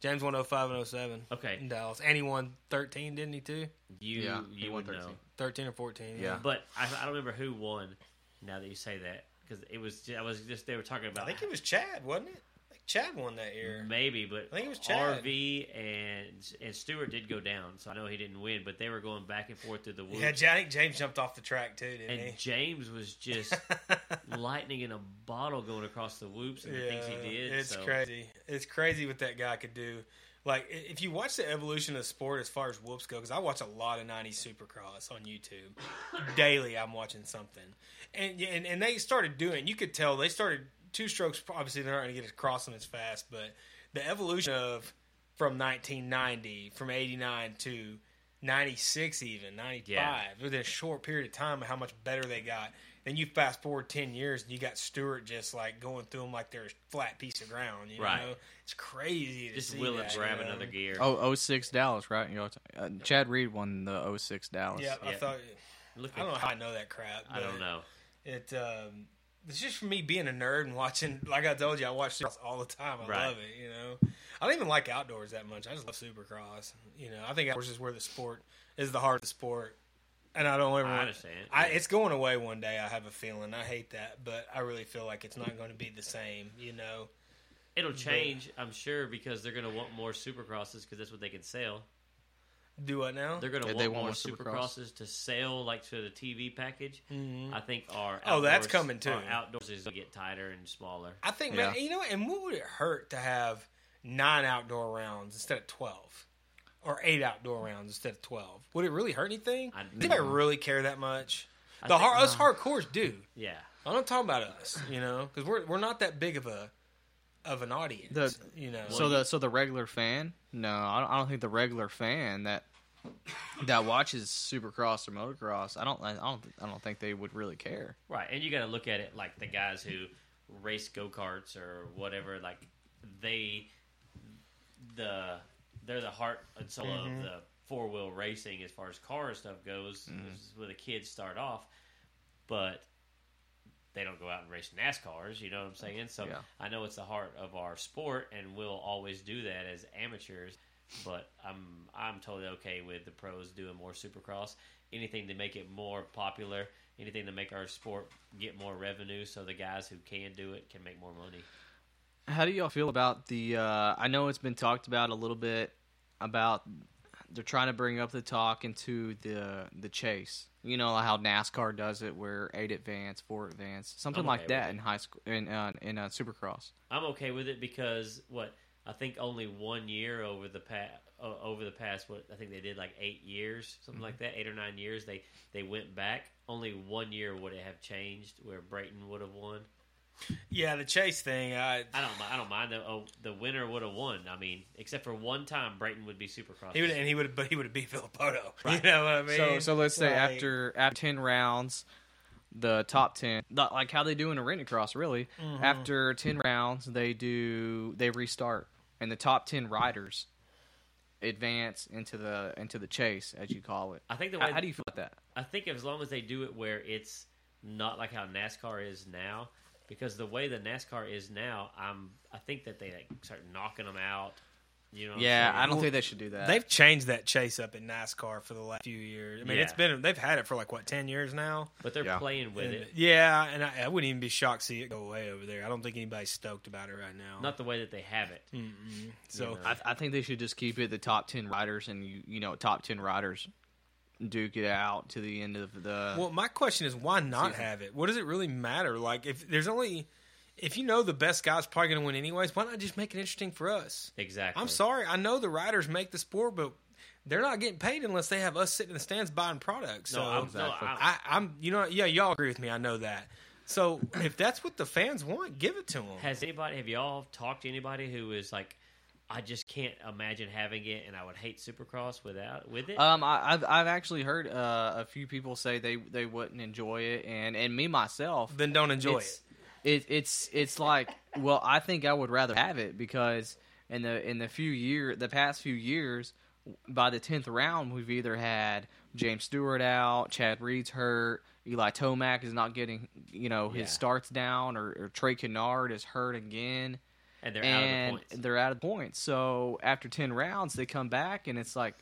A: James won 05 and 07 in
C: Okay,
A: Dallas. And he won 13, didn't he, too?
C: you
B: Yeah, he
C: you
B: won
C: would know,
B: 13.
A: 13 or 14.
B: Yeah.
C: but I, I don't remember who won. Now that you say that, because it was ju- I was just they were talking about.
A: I think it was Chad, wasn't it? I think Chad won that year.
C: Maybe, but
A: I think it was Chad.
C: RV and and Stewart did go down, so I know he didn't win. But they were going back and forth through the woods,
A: Yeah, Ja- I think James jumped off the track, too, didn't
C: and James was just
A: he?
C: lightning in a bottle going across the whoops and the things he did.
A: It's
C: so.
A: crazy. It's crazy what that guy could do. Like i- if you watch the evolution of the sport as far as whoops go, because I watch a lot of '90s Supercross on YouTube daily. I'm watching something, and and and they started doing. You could tell they started two strokes. Obviously, they're not going to get across them as fast, but the evolution of from 1990, from '89 to '96, even '95, within a short period of time, of how much better they got. Then you fast forward ten years, and you got Stewart just like going through them like they're a flat piece of ground. You
C: Right.
A: know, it's crazy. To
C: Just
A: see
C: will
A: that,
C: it grab
A: you know?
C: another gear.
B: Oh, 06 Dallas, right? You know, uh, Chad Reed won the 06 Dallas.
A: Yeah, I
C: Yeah.
A: thought.
C: Look
A: I don't know
C: at,
A: how I know that crap.
C: I don't
A: but
C: know.
A: It. Um, it's just for me being a nerd and watching. Like I told you, I watch Supercross all the time. I
C: Right.
A: love it. You know, I don't even like outdoors that much. I just love Supercross. You know, I think outdoors is where the sport is the heart of the sport, and I don't ever.
C: I
A: want-
C: understand.
A: I, it's going away one day. I have a feeling. I hate that, but I really feel like it's not going to be the same. You know.
C: It'll change, I'm sure, because they're going to want more supercrosses because that's what they can sell.
A: Do what now?
C: They're going to
B: Yeah,
C: want,
B: they
C: more,
B: want more Supercross.
C: supercrosses to sell, like to the TV package. I think our
A: Oh, that's
C: outdoors-
A: coming, too.
C: Our outdoors is going to get tighter and smaller.
A: I think,
B: Yeah.
A: man, you know, what? and what would it hurt to have nine outdoor rounds instead of 12? Or eight outdoor rounds instead of 12? Would it really hurt anything?
C: I-
A: Does anybody really care that much?
C: I
A: The
C: think
A: hard, us hardcores do.
C: Yeah,
A: I'm not talking about us, you know, because we're we're not that big of a of an audience,
B: The-
A: you know.
B: So the so the regular fan? No, I don't, I don't think the regular fan that that watches Supercross or Motocross. I don't I don't I don't think they would really care.
C: Right, and you got to look at it like the guys who race go karts or whatever. Like they, the they're the heart and soul of the four wheel racing as far as car stuff goes. This is where the kids start off, but they don't go out and race NASCARs. You know what I'm saying? So
B: Yeah.
C: I know it's the heart of our sport, and we'll always do that as amateurs. But I'm I'm totally okay with the pros doing more Supercross. Anything to make it more popular, anything to make our sport get more revenue, so the guys who can do it can make more money.
B: How do y'all feel about the? Uh, I know it's been talked about a little bit about they're trying to bring up the talk into the the chase. You know how NASCAR does it, where eight advance, four advance, something
C: I'm okay
B: like
C: with
B: that
C: it.
B: in high school in uh, in uh, Supercross.
C: I'm okay with it because what I think only one year over the past over the past what I think they did like eight years something
B: Mm-hmm.
C: like that eight or nine years they they went back only one year would it have changed where Brayton would have won
A: yeah, the chase thing. I,
C: I don't mi- I don't mind the oh, the winner would have won I mean except for one time Brayton would be Supercross
A: he would and he would but he would have beat Filippo. You know what I mean?
B: So so let's say
A: Like,
B: after after ten rounds, the top ten, not like how they do in arena cross, really.
A: Mm-hmm.
B: After ten rounds, they do they restart, and the top ten riders advance into the into the chase, as you call it.
C: I think the way
B: How, how do you feel about that?
C: I think as long as they do it where it's not like how NASCAR is now, because the way the NASCAR is now, I'm I think that they like start knocking them out. You know? what I'm
B: Yeah,
C: saying?
B: I don't think they should do that.
A: They've changed that chase up in NASCAR for the last few years. I mean,
C: Yeah.
A: it's been they've had it for like what ten years now.
C: But they're
B: Yeah.
C: playing with
A: And-
C: it,
A: yeah, and I, I wouldn't even be shocked to see it go away over there. I don't think anybody's stoked about it right now.
C: not the way that they have it.
A: Hmm. so
C: you know.
B: I, I think they should just keep it the top ten riders, and you you know top ten riders duke it out to the end of the.
A: Well, my question is, why not have it? What does it really matter? Like, if there's only, if you know the best guy's probably going to win anyways, why not just make it interesting for us?
C: Exactly.
A: I'm sorry, I know the riders make the sport, but they're not getting paid unless they have us sitting in the stands buying products. So
C: No, I'm,
B: Exactly.
C: no, I'm,
A: I, I'm, you know, yeah, y'all agree with me. I know that. So if that's what the fans want, give it to them.
C: Has anybody have y'all talked to anybody who is like, I just can't imagine having it, and I would hate Supercross without with
A: Uh,
C: it.
B: Um, I, I've I've actually heard uh, a few people say they they wouldn't enjoy it, and and me myself,
A: then don't enjoy
B: it's, it. It's it's like well, I think I would rather have it because in the in the few year the past few years, by the tenth round, we've either had James Stewart out, Chad Reed's hurt, Eli Tomac is not getting you know his
C: Yeah.
B: starts down, or, or Trey Kennard is hurt again
C: and they're out
B: and
C: of the points.
B: they're out of points. So after ten rounds, they come back and it's like,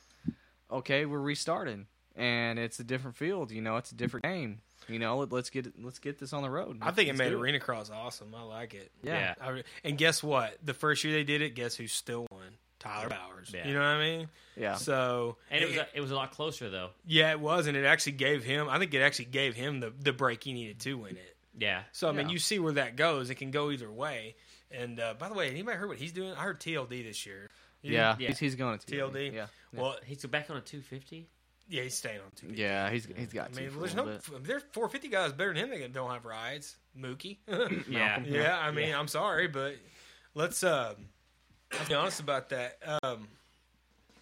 B: okay, we're restarting, and it's a different field. You know, it's a different game. You know, let- let's get let's get this on the road.
A: I think it
B: Let's
A: made
B: do
A: Arena Cross awesome. I like it.
B: Yeah.
C: Yeah.
A: I re- and guess what? The first year they did it, guess who still won? Tyler Bowers.
C: Yeah.
A: You know what I mean?
B: Yeah.
A: So
C: And it was a, it was a lot closer though.
A: yeah, it was, and it actually gave him. I think it actually gave him the the break he needed to win it.
C: Yeah.
A: So I mean,
B: Yeah.
A: you see where that goes. It can go either way. And uh, by the way, anybody heard what he's doing? I heard TLD this year. You-
B: yeah,
C: yeah.
B: He's, he's going to
A: TLD.
B: Yeah,
A: Well,
C: He's back on a 250.
A: yeah, he's staying on two.
B: yeah, he's he's got.
A: I
B: to
A: mean,
B: for a
A: there's
B: little
A: no
B: bit.
A: there's 450 guys better than him that don't have rides. Mookie.
C: Yeah.
B: Malcolm.
A: Yeah, I mean, I'm sorry, but let's um, let's be honest about that. Um,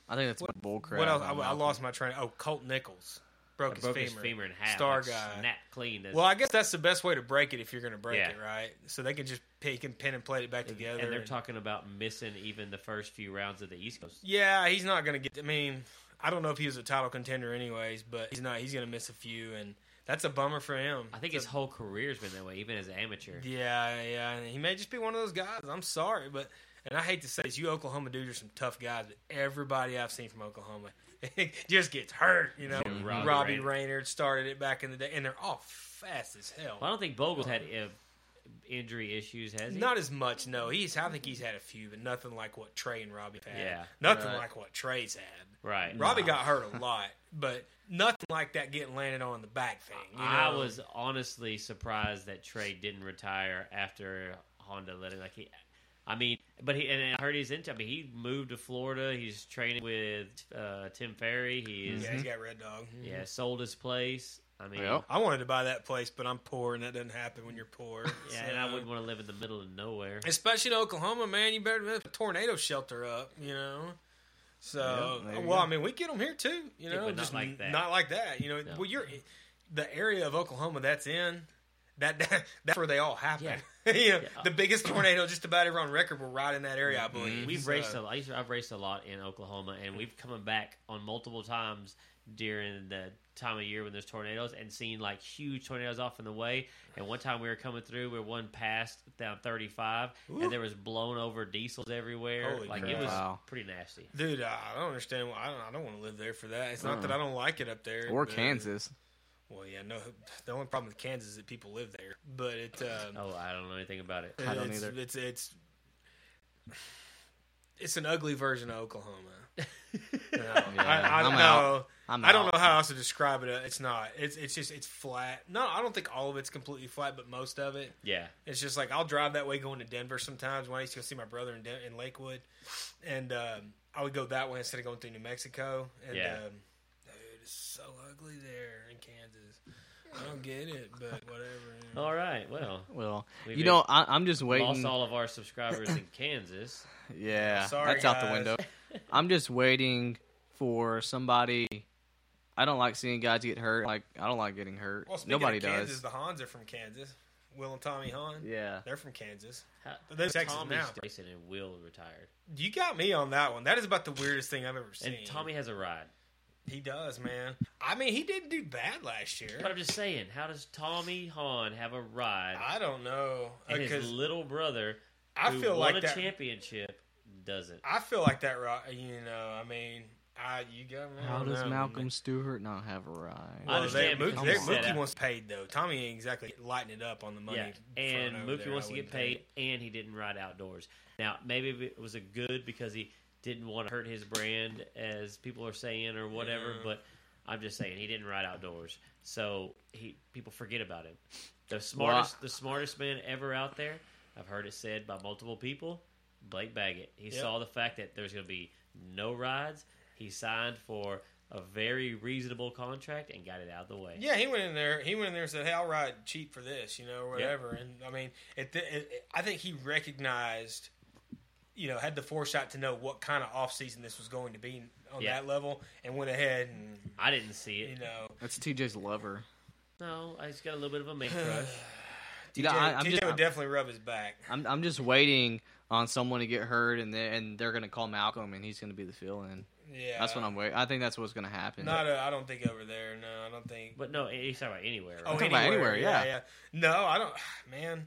B: I think that's bull crap.
A: what else? I, I lost my train. Oh, Colt Nichols broke, his,
C: broke his
A: femur.
C: femur in half.
A: Star
C: like,
A: guy.
C: Snap clean. That's-
A: Well, I guess that's the best way to break it if you're going to break
C: Yeah.
A: it, right? So they can just pick and pin and plate it back together.
C: and they're
A: and-
C: talking about missing even the first few rounds of the East Coast.
A: yeah, he's not going to get. I mean, I don't know if he was a title contender, anyways, but he's not. He's going to miss a few, and that's a bummer for him.
C: I think
A: It's
C: his
A: a-
C: whole career's been that way, even as an amateur.
A: Yeah, yeah. and He may just be one of those guys. I'm sorry, but and I hate to say this, you Oklahoma dudes are some tough guys, but everybody I've seen from Oklahoma just gets hurt. You know,
C: Yeah,
A: Robbie,
C: Robbie
A: Raynard.
C: Raynard.
A: started it back in the day, and they're all fast as hell.
C: Well, I don't think Bogle's had uh, injury issues, has he?
A: Not as much, no. He's I think he's had a few, but nothing like what Trey and Robbie had.
C: Yeah,
A: nothing
B: right.
A: like what Trey's had.
C: right.
A: Robbie got hurt a lot, but nothing like that getting landed on the back thing. You know?
C: I was honestly surprised that Trey didn't retire after Honda let him. Like he, I mean, but he and I heard he's into. I mean, he moved to Florida. He's training with uh, Tim Ferry. He is
A: yeah, he's got red dog. Mm-hmm.
C: yeah sold his place. I mean,
B: Well.
A: I wanted to buy that place, but I'm poor, and that doesn't happen when you're poor.
C: yeah, and I
A: So-
C: wouldn't want to live in the middle of nowhere.
A: especially in Oklahoma, man. You better put a tornado shelter up, you know. So, uh,
B: Yeah, there you
A: well,
B: go.
A: I mean, we get them here too, you
C: Yeah,
A: know,
C: but not
A: just
C: like
A: n-
C: that.
A: not like that, you know.
C: No.
A: Well, you're the area of Oklahoma that's in. That, that that's where they all happen. you know,
C: Yeah.
A: the biggest tornado just about ever on record were right in that area, I believe.
C: Mm-hmm. We've
A: So-
C: raced a lot. I used to- I've raced a lot in Oklahoma, and we've come back on multiple times during the time of year when there's tornadoes and seen like huge tornadoes off in the way. And one time we were coming through, we were one past down 35,
A: Ooh.
C: and there was blown over diesels everywhere.
A: Holy
C: like it
A: crap.
C: was
B: Wow.
C: pretty nasty.
A: Dude, I I don't understand. Why, I don't. I don't want to live there for that. It's not that I don't like it up there,
B: Uh-uh. or
A: but-
B: Kansas.
A: Well, yeah, no. The only problem with Kansas is that people live there, but it. Um,
C: Oh, I don't know anything about it.
B: Oh, I don't
A: it's,
B: either.
A: It's it's it's an ugly version of Oklahoma. No, I, I,
B: I'm
A: no,
B: out. I'm
A: I don't
B: out.
A: know how else to describe it. It's not. It's it's just it's flat. No, I don't think all of it's completely flat, but most of it.
C: Yeah,
A: It's just like I'll drive that way going to Denver sometimes. When I used to go see my brother in, Den- in Lakewood, and um, I would go that way instead of going through New Mexico. And
C: Yeah.
A: um, dude, it's so ugly there in Kansas. I don't get it, but whatever.
C: All right. Well,
B: Well,
C: We've
B: you know, I, I'm just
C: lost
B: waiting.
C: all of our subscribers in Kansas.
B: Yeah,
A: Sorry,
B: that's out the
A: guys.
B: window. I'm just waiting for somebody. I don't like seeing guys get hurt. Like I don't like getting hurt.
A: Well, speaking
B: Nobody
A: of
B: does.
A: Kansas, the Hans are from Kansas. Will and Tommy Hahn.
B: yeah,
A: They're from Kansas.
C: How,
A: They're Texas
C: Tommy's
A: now.
C: racing and Will retired,
A: You got me on that one. That is about the weirdest thing I've ever seen.
C: and Tommy has a ride.
A: he does, man. I mean, he didn't do bad last
C: But
A: year.
C: I'm just saying, how does Tommy Hahn have a ride
A: I don't know
C: and his
A: because
C: little brother,
A: I
C: who
A: feel
C: won
A: like
C: a
A: that.
C: championship, doesn't?
A: I feel like that. ro- You know, I mean, I you got me.
B: how
A: on that
B: does
A: one.
B: Malcolm Stewart not have a ride?
A: Well,
C: I
A: they,
C: understand
A: Mookie,
C: because
A: they,
C: it's set
A: Mookie
C: up.
A: wants paid though. Tommy ain't exactly lighting it up on the money.
C: yeah,
A: front
C: and
A: over
C: Mookie
A: there,
C: wants
A: I
C: to get
A: wouldn't think.
C: paid, and he didn't ride outdoors. Now, maybe it was a good because he didn't want to hurt his brand, as people are saying, or whatever.
A: Yeah.
C: But I'm just saying he didn't ride outdoors, so he people forget about him. The smartest, the smartest man ever out there. I've heard it said by multiple people. Blake Baggett. He
A: Yep.
C: saw the fact that there's going to be no rides. He signed for a very reasonable contract and got it out of the way.
A: Yeah, he went in there. He went in there and said, "Hey, I'll ride cheap for this," you know, or whatever. And I mean, it, it, I think he recognized, you know, had the foresight to know what kind of off season this was going to be on
C: Yeah.
A: that level, and went ahead and
C: I didn't see
A: you
C: it.
A: know,
B: That's TJ's lover.
C: No, I just got a little bit of a man crush.
B: You know,
A: TJ
B: I, I'm
A: TJ
B: just
A: would definitely rub his back.
B: I'm I'm just waiting on someone to get hurt, and they and they're gonna call Malcolm, and he's gonna be the fill-in.
A: Yeah,
B: That's what I'm waiting. I think that's what's gonna happen.
A: Not. I I don't think over there. No, I don't think.
C: But no, he's talking about anywhere.
A: Oh,
B: talking
C: Right?
B: about anywhere, yeah.
A: No, I don't. Man,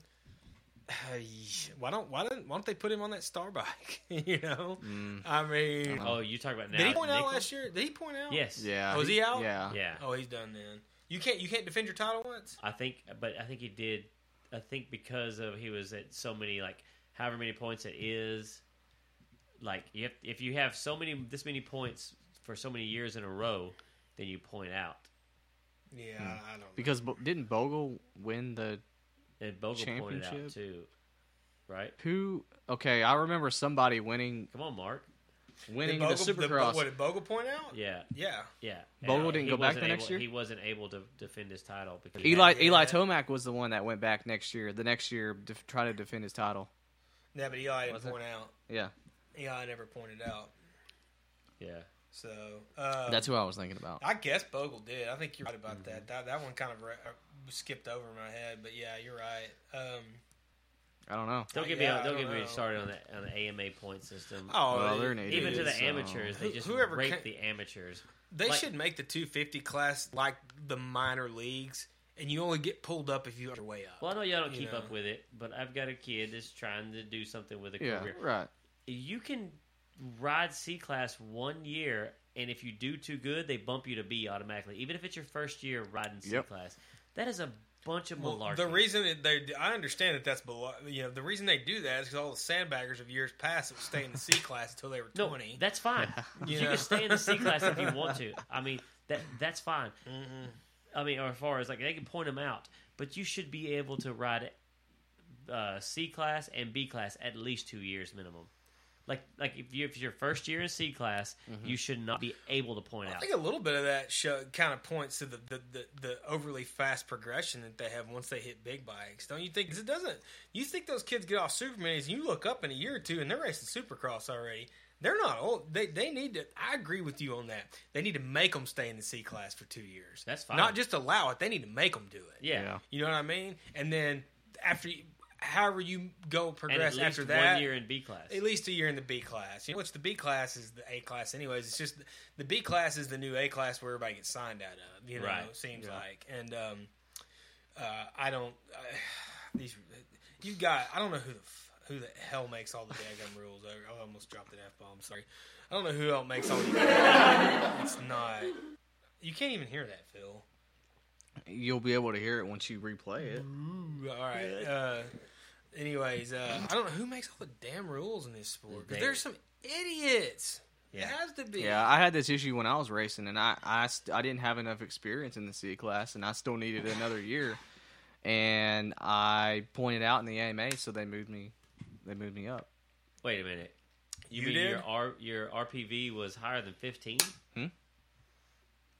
A: why don't why don't why don't they put him on that star bike? you know,
B: Mm.
A: I mean,
C: Oh, you talk about now.
A: did he point out
C: Nichols?
A: last year? Did he point out?
C: Yes.
B: yeah.
A: Oh, is he out?
B: Yeah.
C: Yeah.
A: Oh, he's done then. You can't you can't defend your title once.
C: I think, but I think he did. I think because of he was at so many, like however many points it is. Like you have, if you have so many, this many points for so many years in a row, then you point out.
B: Hmm.
A: Yeah, I don't. Know.
B: Because Bo- didn't Bogle win the
C: And Bogle pointed out
B: Championship?
C: too, right?
B: who? Okay, I remember somebody winning
C: Come on, Mark.
B: winning
A: Did
B: the
A: Bogle- did Bo-
B: Supercross.
A: what did Bogle point out?
C: Yeah,
A: Yeah.
C: yeah.
B: Bogle
C: Uh,
B: didn't
C: he
B: go back
C: wasn't
B: the next
C: able-
B: year?
C: He wasn't able to defend his title because he
B: Eli
C: had-
B: Eli
A: Yeah.
B: Tomac was the one that went back next year. The next year, to try to defend his title.
A: Yeah, but Eli didn't
B: Was it?
A: point out.
B: Yeah,
A: Eli never pointed out.
C: yeah.
A: So
C: Uh,
A: um,
B: that's who I was thinking about.
A: I guess Bogle did. I think you're right
B: Hmm.
A: about that. That that one kind of re- skipped over my head, but yeah, you're right. Um,
B: I don't know.
C: Don't
A: Yeah,
C: get me
A: I
C: don't
A: don't
C: get
A: know.
C: me started on the on the AMA point system.
A: oh,
B: Well,
A: they-
B: they're an idiot,
C: Even to the
B: so-
C: amateurs, they
A: Who-
C: just
A: whoever
C: rape
A: ca-
C: the amateurs.
A: They
C: Like-
A: should make the 250 class like the minor leagues, and you only get pulled up if you are way up.
C: Well, I know y'all don't
A: You
C: keep
A: know.
C: up with it, but I've got a kid that's trying to do something with a
B: Yeah,
C: career.
B: right.
C: You can ride C class one year, and if you do too good, they bump you to B automatically, even if it's your first year riding C
B: Yep.
C: class. That is a bunch of
A: Well,
C: malarkey.
A: the reason that they, I understand that that's below, you know, the reason they do that is because all the sandbaggers of years past that would stay in the C class until they were
C: no,
A: 20.
C: that's fine.
A: You
C: you
A: know.
C: can stay in the C class if you want to. I mean, that that's fine.
A: Mm-hmm.
C: I mean, or as far as like they can point them out, but you should be able to ride uh, C class and B class at least two years minimum. Like like if you if it's your first year in C class, you should not be able to point
A: I
C: out.
A: think a little bit of that show kind of points to the, the, the, the overly fast progression that they have once they hit big bikes, don't you think? 'Cause it doesn't. You think those kids get off super minis, and you look up in a year or two, and they're racing supercross already. They're not old. They they need to. I agree with you on that. They need to make them stay in the C class for two years.
C: That's fine.
A: Not just allow it. They need to make them do it.
C: Yeah.
B: Yeah.
A: You know what I mean? And then after, you- however you go
C: And at
A: progress
C: least
A: after that,
C: one year in B class.
A: at least a year in the B class. You know, which the B class is the A class, anyways. It's just the B class is the new A class where everybody gets signed out of. You know,
C: Right.
A: it seems
B: Yeah.
A: like. And um, uh, I don't. Uh, these you got. I don't know who the f- who the hell makes all the daggum rules. I, I almost dropped an f bomb. Sorry. I don't know who else makes all these. it's not. You can't even hear that, Phil.
B: You'll be able to hear it once you replay it.
A: Ooh, all right. Uh, anyways, uh, I don't know who makes all the damn rules in this sport. 'cause
C: They-
A: There's some idiots. It
C: Yeah.
A: has to be.
B: Yeah, I had this issue when I was racing, and I I, st- I didn't have enough experience in the C class, and I still needed another year. And I pointed out in the AMA, so they moved me. They moved me up.
C: Wait a minute. You,
A: You
C: mean
A: did?
C: your R your RPV was higher than fifteen?
B: Hmm?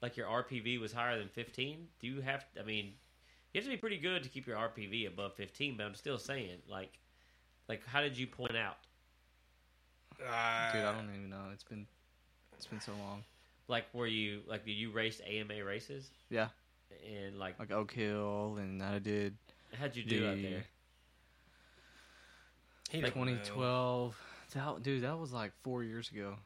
C: Like your RPV was higher than fifteen? Do you have? I mean, you have to be pretty good to keep your RPV above fifteen. But I'm still saying, like, like how did you point out?
A: Uh,
B: Dude, I don't even know. It's been it's been so long.
C: Like, were you like did you race AMA races?
B: Yeah.
C: And like,
B: Like Oak Hill, and I did
C: how'd you do out
B: the-
C: there?
A: he don't know.
B: 2012. That, dude, that was like four years ago.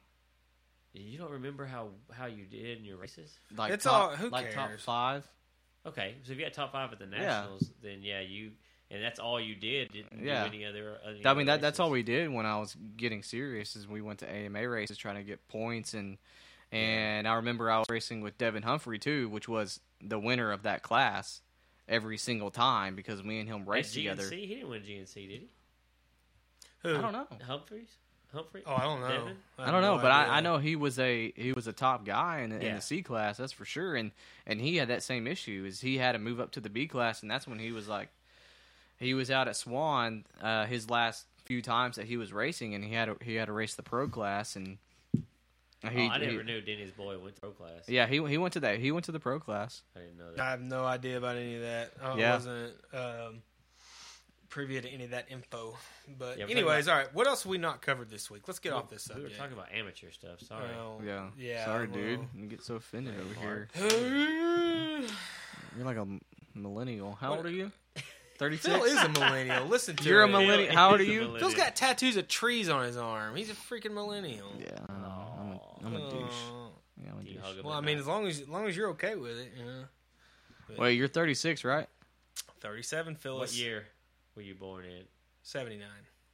C: You don't remember how how you did in your races?
B: Like
A: It's
B: top,
A: all- who
B: like top
A: cares?
B: five.
C: Okay, so if you got top five at the
B: Yeah.
C: nationals, then yeah, you and that's all you did. Didn't
B: Yeah.
C: do any other. uh,
B: I
C: any
B: mean,
C: other
B: that that's
C: races.
B: all we did when I was getting serious. Is we went to AMA races trying to get points, and and I remember I was racing with Devin Humphrey too, which was the winner of that class every single time because me and him
C: At
B: raced
C: GNC,
B: together.
C: he didn't win GNC, did he?
A: Who?
B: I don't know.
C: Humphreys? Humphreys?
A: Oh, I don't know.
C: Devin?
B: I don't know, but
A: idea.
B: I, I know he was a he was a top guy in, in
C: Yeah.
B: the C class, that's for sure. And and he had that same issue is he had to move up to the B class, and that's when he was like, he was out at Swan uh, his last few times that he was racing, and he had to, he had to race the pro class, and he,
C: oh, I never
B: he-
C: knew Denny's boy went to pro class.
B: yeah he he went to that he went to the pro class.
C: I didn't know
A: I
C: that.
A: have no idea about any of that. I
B: Yeah.
A: wasn't um, privy to any of that info. But
C: Yeah, we're talking
A: anyways, all right. What else have we not covered this week? Let's get off this
C: we were
A: subject. Oh,
C: talking about amateur stuff. Sorry.
A: Well,
B: Yeah,
A: Yeah.
B: Sorry,
A: well-
B: dude, you get so offended over here. You're like a m- millennial. How
A: What-
B: old are you? Thirty
A: Phil
B: six.
A: is a millennial. Listen to
B: You're a
A: him.
B: millennial. How old are
C: He's a
B: you?
C: millennial.
A: Phil's got tattoos of trees on his arm. He's a freaking millennial.
B: Yeah, I know. I'm a, I'm a douche.
A: Uh,
B: Yeah, I'm a
C: Do you
B: douche.
C: hug him
A: Well,
C: or
A: I mean,
C: not?
A: as long as as long as you're okay with it, you know.
B: Wait, you're 36, right?
A: Thirty-seven, Phyllis.
C: what year were you born in?
A: Seventy-nine.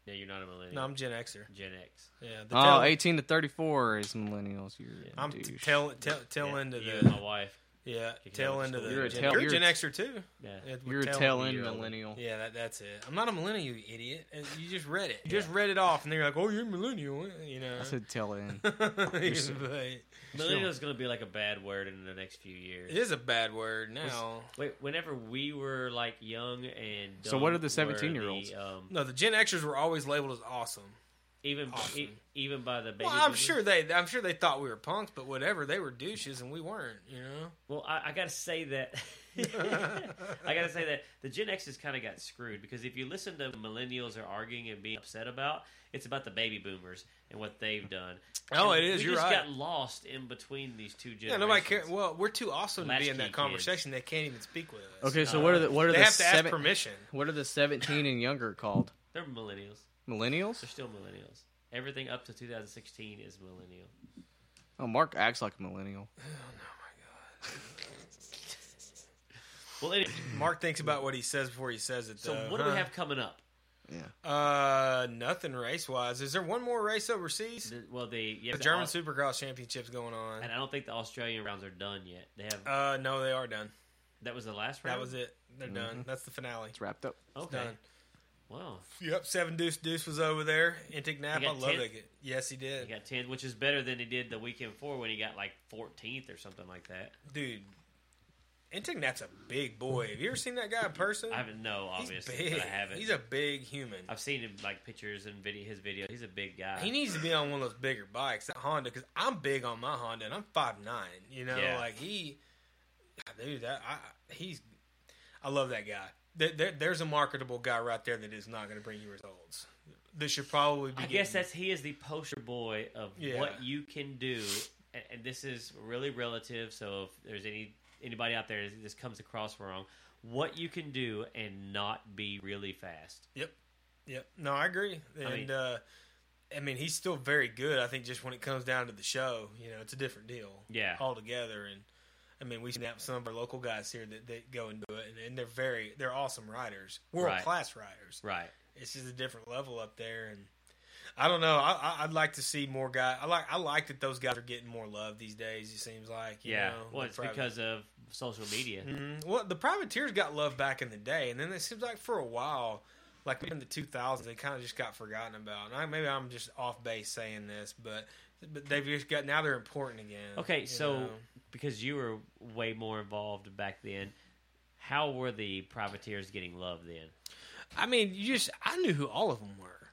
C: No, you're not a millennial.
A: No, I'm Gen Xer.
C: Gen X.
A: Yeah. The
B: Oh,
A: tail-
B: 18 to 34 is millennials. You're a
A: I'm t-
B: douche.
A: tail tail tail
C: Yeah,
A: end of
C: you and my
A: the
C: wife.
A: yeah
C: You can
A: tail
C: have
A: end of the.
C: school. You're
B: a
A: Gen-
B: tail-
A: you're a
B: you're
A: Gen
B: a-
A: Xer too.
C: Yeah.
A: Yeah, we're
B: You're a tail end
C: You're a-
B: millennial.
A: Yeah, that, that's it. I'm not a millennial, you idiot. And You just read it. You just read it off, and then you're like, "Oh, you're a millennial," you know.
B: I said tail end.
A: But
C: Millennial is going to be like a bad word in the next few years.
A: it is a bad word now.
C: Wait, whenever we were like young and
B: So
C: dumb
B: what are the
C: were
B: 17-year-olds?
C: um,
A: No, the Gen Xers were always labeled as awesome.
C: even
A: Awesome.
C: e- even by the baby.
A: Well, I'm
C: boomers?
A: sure they, I'm sure they thought we were punks, but whatever, they were douches and we weren't. You know,
C: Well, I, I gotta say that I gotta say that the Gen X's kind of got screwed because if you listen to what millennials are arguing and being upset about, it's about the baby boomers and what they've done.
A: Oh,
C: And
A: it is,
C: We
A: you're
C: just
A: right.
C: got lost in between these two generations.
A: yeah, nobody cares. Well, we're too awesome to be in
C: Latchkey
A: that
C: kids.
A: conversation. They can't even speak with us.
B: Okay, so what are the what are
A: they
B: the
A: have to ask
B: seven,
A: permission.
B: what are the 17 and younger called?
C: They're millennials.
B: Millennials?
C: They're still millennials. Everything up to 2016 is millennial.
B: Oh, Mark acts like a millennial.
C: Well, anyway,
A: Mark thinks about what he says before he says it.
C: so
A: though,
C: what do
A: huh?
C: we have coming up?
A: Uh, nothing race wise. Is there one more race overseas?
C: The- well, they yeah,
A: The German Supercross Championships going on.
C: and I don't think the Australian rounds are done yet. They have
A: Uh, no, they are done.
C: that was the last round.
A: That was it. They're done. That's the finale.
B: It's wrapped up.
C: Okay.
A: done.
C: Wow.
A: Yep, Seven Deuce Deuce was over there. Intignap,
C: He
A: I
C: got
A: love
C: 10th?
A: it. Yes, he did.
C: He got 10, which is better than he did the weekend before when he got like 14th or something like that.
A: Dude, Intignat's a big boy. Have you ever seen that guy in person?
C: I haven't. No,
A: He's
C: obviously,
A: big.
C: but I haven't.
A: He's a big human.
C: I've seen him like pictures and video. His video. He's a big guy.
A: He needs to be on one of those bigger bikes, that Honda, because I'm big on my Honda and I'm five nine. You know,
C: Yeah.
A: like he, dude, that I he's, I love that guy. There, there, there's a marketable guy right there that is not going to bring you results. This should probably be.
C: I
A: getting-
C: guess that's he is the poster boy of
A: Yeah.
C: what you can do, and, and this is really relative. So if there's any anybody out there, this comes across wrong. What you can do and not be really fast.
A: Yep, yep. No, I agree. And I
C: mean-
A: uh, I mean, he's still very good. I think just when it comes down to the show, you know, it's a different deal.
C: Yeah.
A: Oh, altogether. And I mean, we have some of our local guys here that, that go and do it, and, and they're very they're awesome riders,
C: Right.
A: world class riders.
C: Right.
A: it's just a different level up there and i don't know I, I, i'd like to see more guys i like i like that those guys are getting more love these days it seems like you
C: Yeah.
A: know,
C: well,
A: the
C: it's
A: private-
C: because of social media.
A: Mhm. well the privateers got love back in the day and then it seems like for a while like in the 2000s they kind of just got forgotten about and I, maybe i'm just off base saying this but but they've just got now they're important again
C: Okay,
A: you
C: so
A: know?
C: because you were way more involved back then, how were the privateers getting love then?
A: i mean you just i knew who all of them were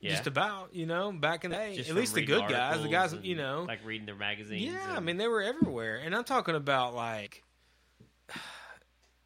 C: Yeah.
A: just about you know back in the day
C: Just
A: at
C: from
A: least the
C: reading
A: good guys the
C: articles
A: guys
C: and,
A: you know
C: like reading their magazines.
A: Yeah, I
C: and-
A: mean they were everywhere, and I'm talking about like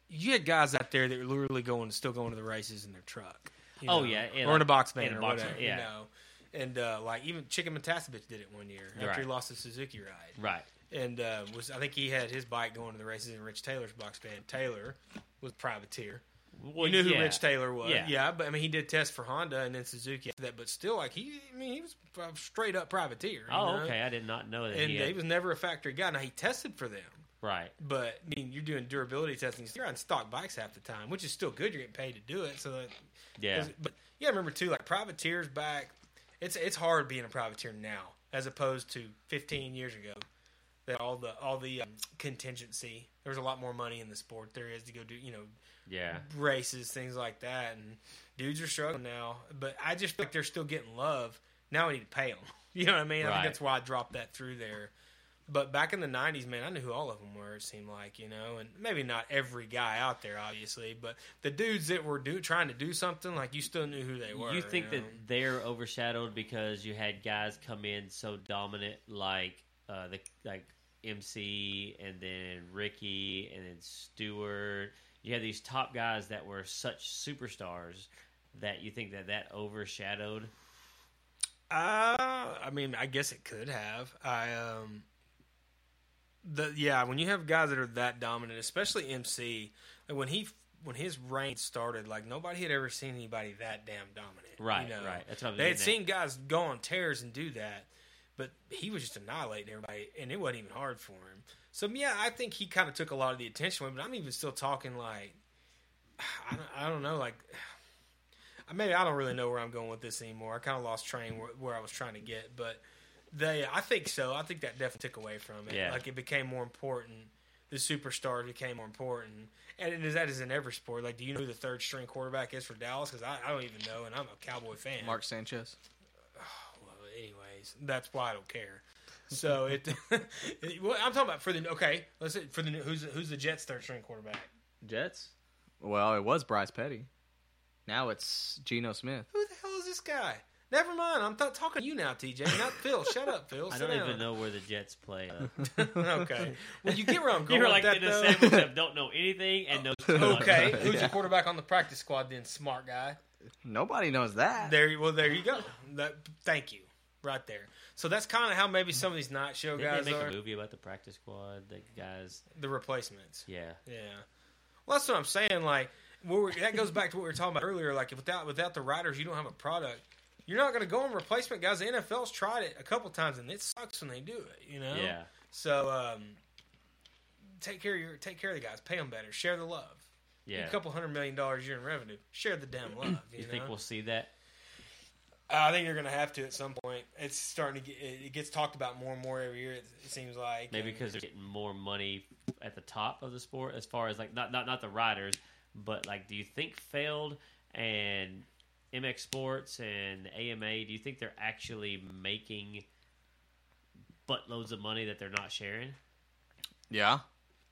A: you had guys out there that were literally going, still going to the races in their truck. you
C: Oh,
A: know,
C: yeah, and
A: or in a
C: like-
A: box
C: in
A: van
C: a
A: or
C: box
A: whatever,
C: van, yeah.
A: you know. And uh, like even Chicken Matasevich did it one year after
C: Right.
A: he lost his Suzuki ride,
C: right.
A: and uh, was I think he had his bike going to the races in Rich Taylor's box van. Taylor was privateer.
C: Well,
A: we knew
C: yeah.
A: who Rich Taylor was.
C: Yeah.
A: Yeah. but I mean he did test for Honda and then Suzuki after that. But still, like he, I mean he was uh, straight up privateer. you
C: Oh,
A: know?
C: okay. I did not know that.
A: and
C: he
A: he
C: had-
A: was never a factory guy. Now he tested for them,
C: right.
A: but I mean, you're doing durability testing. so You're on stock bikes half the time, which is still good. You're getting paid to do it. So, that,
C: Yeah.
A: but yeah, remember too, like privateers back. It's it's hard being a privateer now as opposed to 15 years ago. That all the all the um, contingency. There was a lot more money in the sport. There is to go do you know
C: Yeah.
A: races, things like that, and dudes are struggling now. But I just feel like they're still getting love. Now we need to pay them. You know what I mean? I
C: Right.
A: think that's why I dropped that through there. But back in the '90s, man, I knew who all of them were. It seemed like you know, and maybe not every guy out there, obviously, but the dudes that were do trying to do something, like you still knew who they were.
C: you think
A: know?
C: that they're overshadowed because you had guys come in so dominant, like uh, the like MC and then Ricky and then Stewart. You had these top guys that were such superstars that you think that that overshadowed.
A: Uh, I mean, I guess it could have. I um, the yeah, when you have guys that are that dominant, especially MC, like when he when his reign started, like nobody had ever seen anybody that damn dominant.
C: Right,
A: you know?
C: right. That's what I'm
A: They had
C: getting at.
A: seen guys go on tears and do that, but he was just annihilating everybody, and it wasn't even hard for him. So yeah, I think he kind of took a lot of the attention away. But I'm even still talking like, I don't, I don't know, like maybe I don't really know where I'm going with this anymore. I kind of lost train where, where I was trying to get, but they, I think so. I think that definitely took away from it.
C: Yeah.
A: Like it became more important. The superstars became more important, and it is, that is in every sport. Like, do you know who the third string quarterback is for Dallas? Because I, I don't even know, and I'm a Cowboy fan.
B: Mark Sanchez.
A: Well, anyways, that's why I don't care. So it, it- well, I'm talking about for the okay. Let's say for the who's who's the Jets third string quarterback?
B: Jets? Well, it was Bryce Petty. Now it's Geno Smith.
A: Who the hell is this guy? Never mind. I'm not talking to you now, TJ. Not Phil. Shut up, Phil.
C: I
A: Sit
C: don't even
A: down.
C: know where the Jets play. Uh,
A: okay. Well, you get where I'm going
C: you were
A: with
C: like
A: that,
C: in a
A: though.
C: sandwich of don't know anything and no.
A: Okay, who's
B: Yeah.
A: your quarterback on the practice squad then, smart guy?
B: Nobody knows that.
A: There, you- well, there you go. That, thank you, right there. So that's kind of how maybe some of these night show
C: Didn't
A: guys
C: they make
A: are
C: a movie about the practice squad? The guys,
A: the replacements.
C: yeah,
A: Yeah. Well, that's what I'm saying. Like, what we're, that goes back to what we were talking about earlier. Like, without without the riders, you don't have a product. You're not going to go on replacement guys. The NFL's tried it a couple times, and it sucks when they do it. You know.
C: yeah.
A: So, um, take care of your take care of the guys. Pay them better. Share the love.
C: Yeah.
A: A couple hundred million dollars a year in revenue. Share the damn love. You,
C: you think
A: know?
C: we'll see that?
A: I think you're going to have to at some point. It's starting to get. It it gets talked about more and more every year. It, it seems like
C: Maybe
A: And-
C: because they're getting more money at the top of the sport, as far as like not not not the riders, but like, do you think failed and MX Sports and AMA? Do you think they're actually making buttloads of money that they're not sharing?
B: Yeah,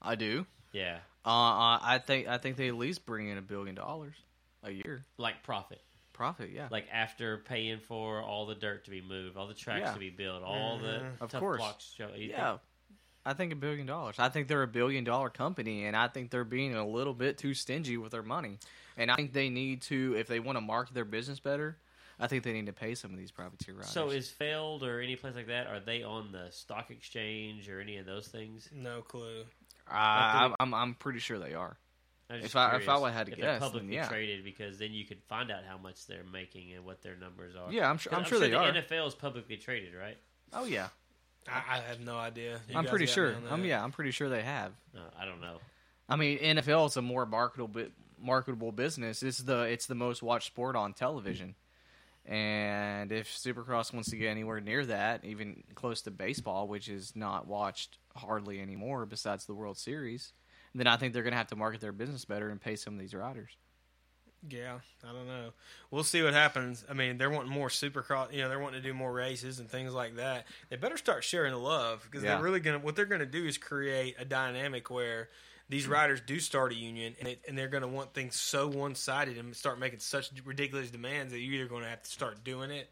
B: I do.
C: Yeah,
B: Uh, uh, I think I think they at least bring in a billion dollars a year
C: like profit.
B: profit. Yeah,
C: Like after paying for all the dirt to be moved, all the tracks
B: Yeah.
C: to be built, all
A: Mhm.
C: the
B: Of
C: tough
B: course.
C: blocks. Show, you
B: yeah.
C: think-
B: I think a billion dollars. I think they're a billion dollar company, and I think they're being a little bit too stingy with their money. And I think they need to, if they want to market their business better, I think they need to pay some of these privateer riders.
C: So is Feld or any place like that? Are they on the stock exchange or any of those things?
A: No clue.
B: I, I'm, I'm I'm pretty sure they are.
C: I'm just
B: If I- if
C: curious
B: I had to
C: if they're
B: guess, then
C: publicly
B: yeah.
C: traded because then you could find out how much they're making and what their numbers are.
B: Yeah, I'm sure.
C: 'Cause
B: I'm, sure, they
C: the
B: are.
C: NFL is publicly traded, right?
B: oh yeah,
A: I, I have no idea. You
B: I'm
A: guys
B: pretty
A: got me
B: sure.
A: on that.
B: I'm yeah, I'm pretty sure they have.
C: No, I don't know.
B: I mean, NFL is a more marketable bit- marketable business. It's the it's the most watched sport on television. And if Supercross wants to get anywhere near that, even close to baseball, which is not watched hardly anymore besides the World Series, then I think they're going to have to market their business better and pay some of these riders.
A: Yeah, I don't know. We'll see what happens. I mean, they're wanting more supercross. You know, they're wanting to do more races and things like that. They better start sharing the love because
B: Yeah.
A: they're really gonna. What they're gonna do is create a dynamic where these riders do start a union, and, it, and they're gonna want things so one sided and start making such ridiculous demands that you're either gonna have to start doing it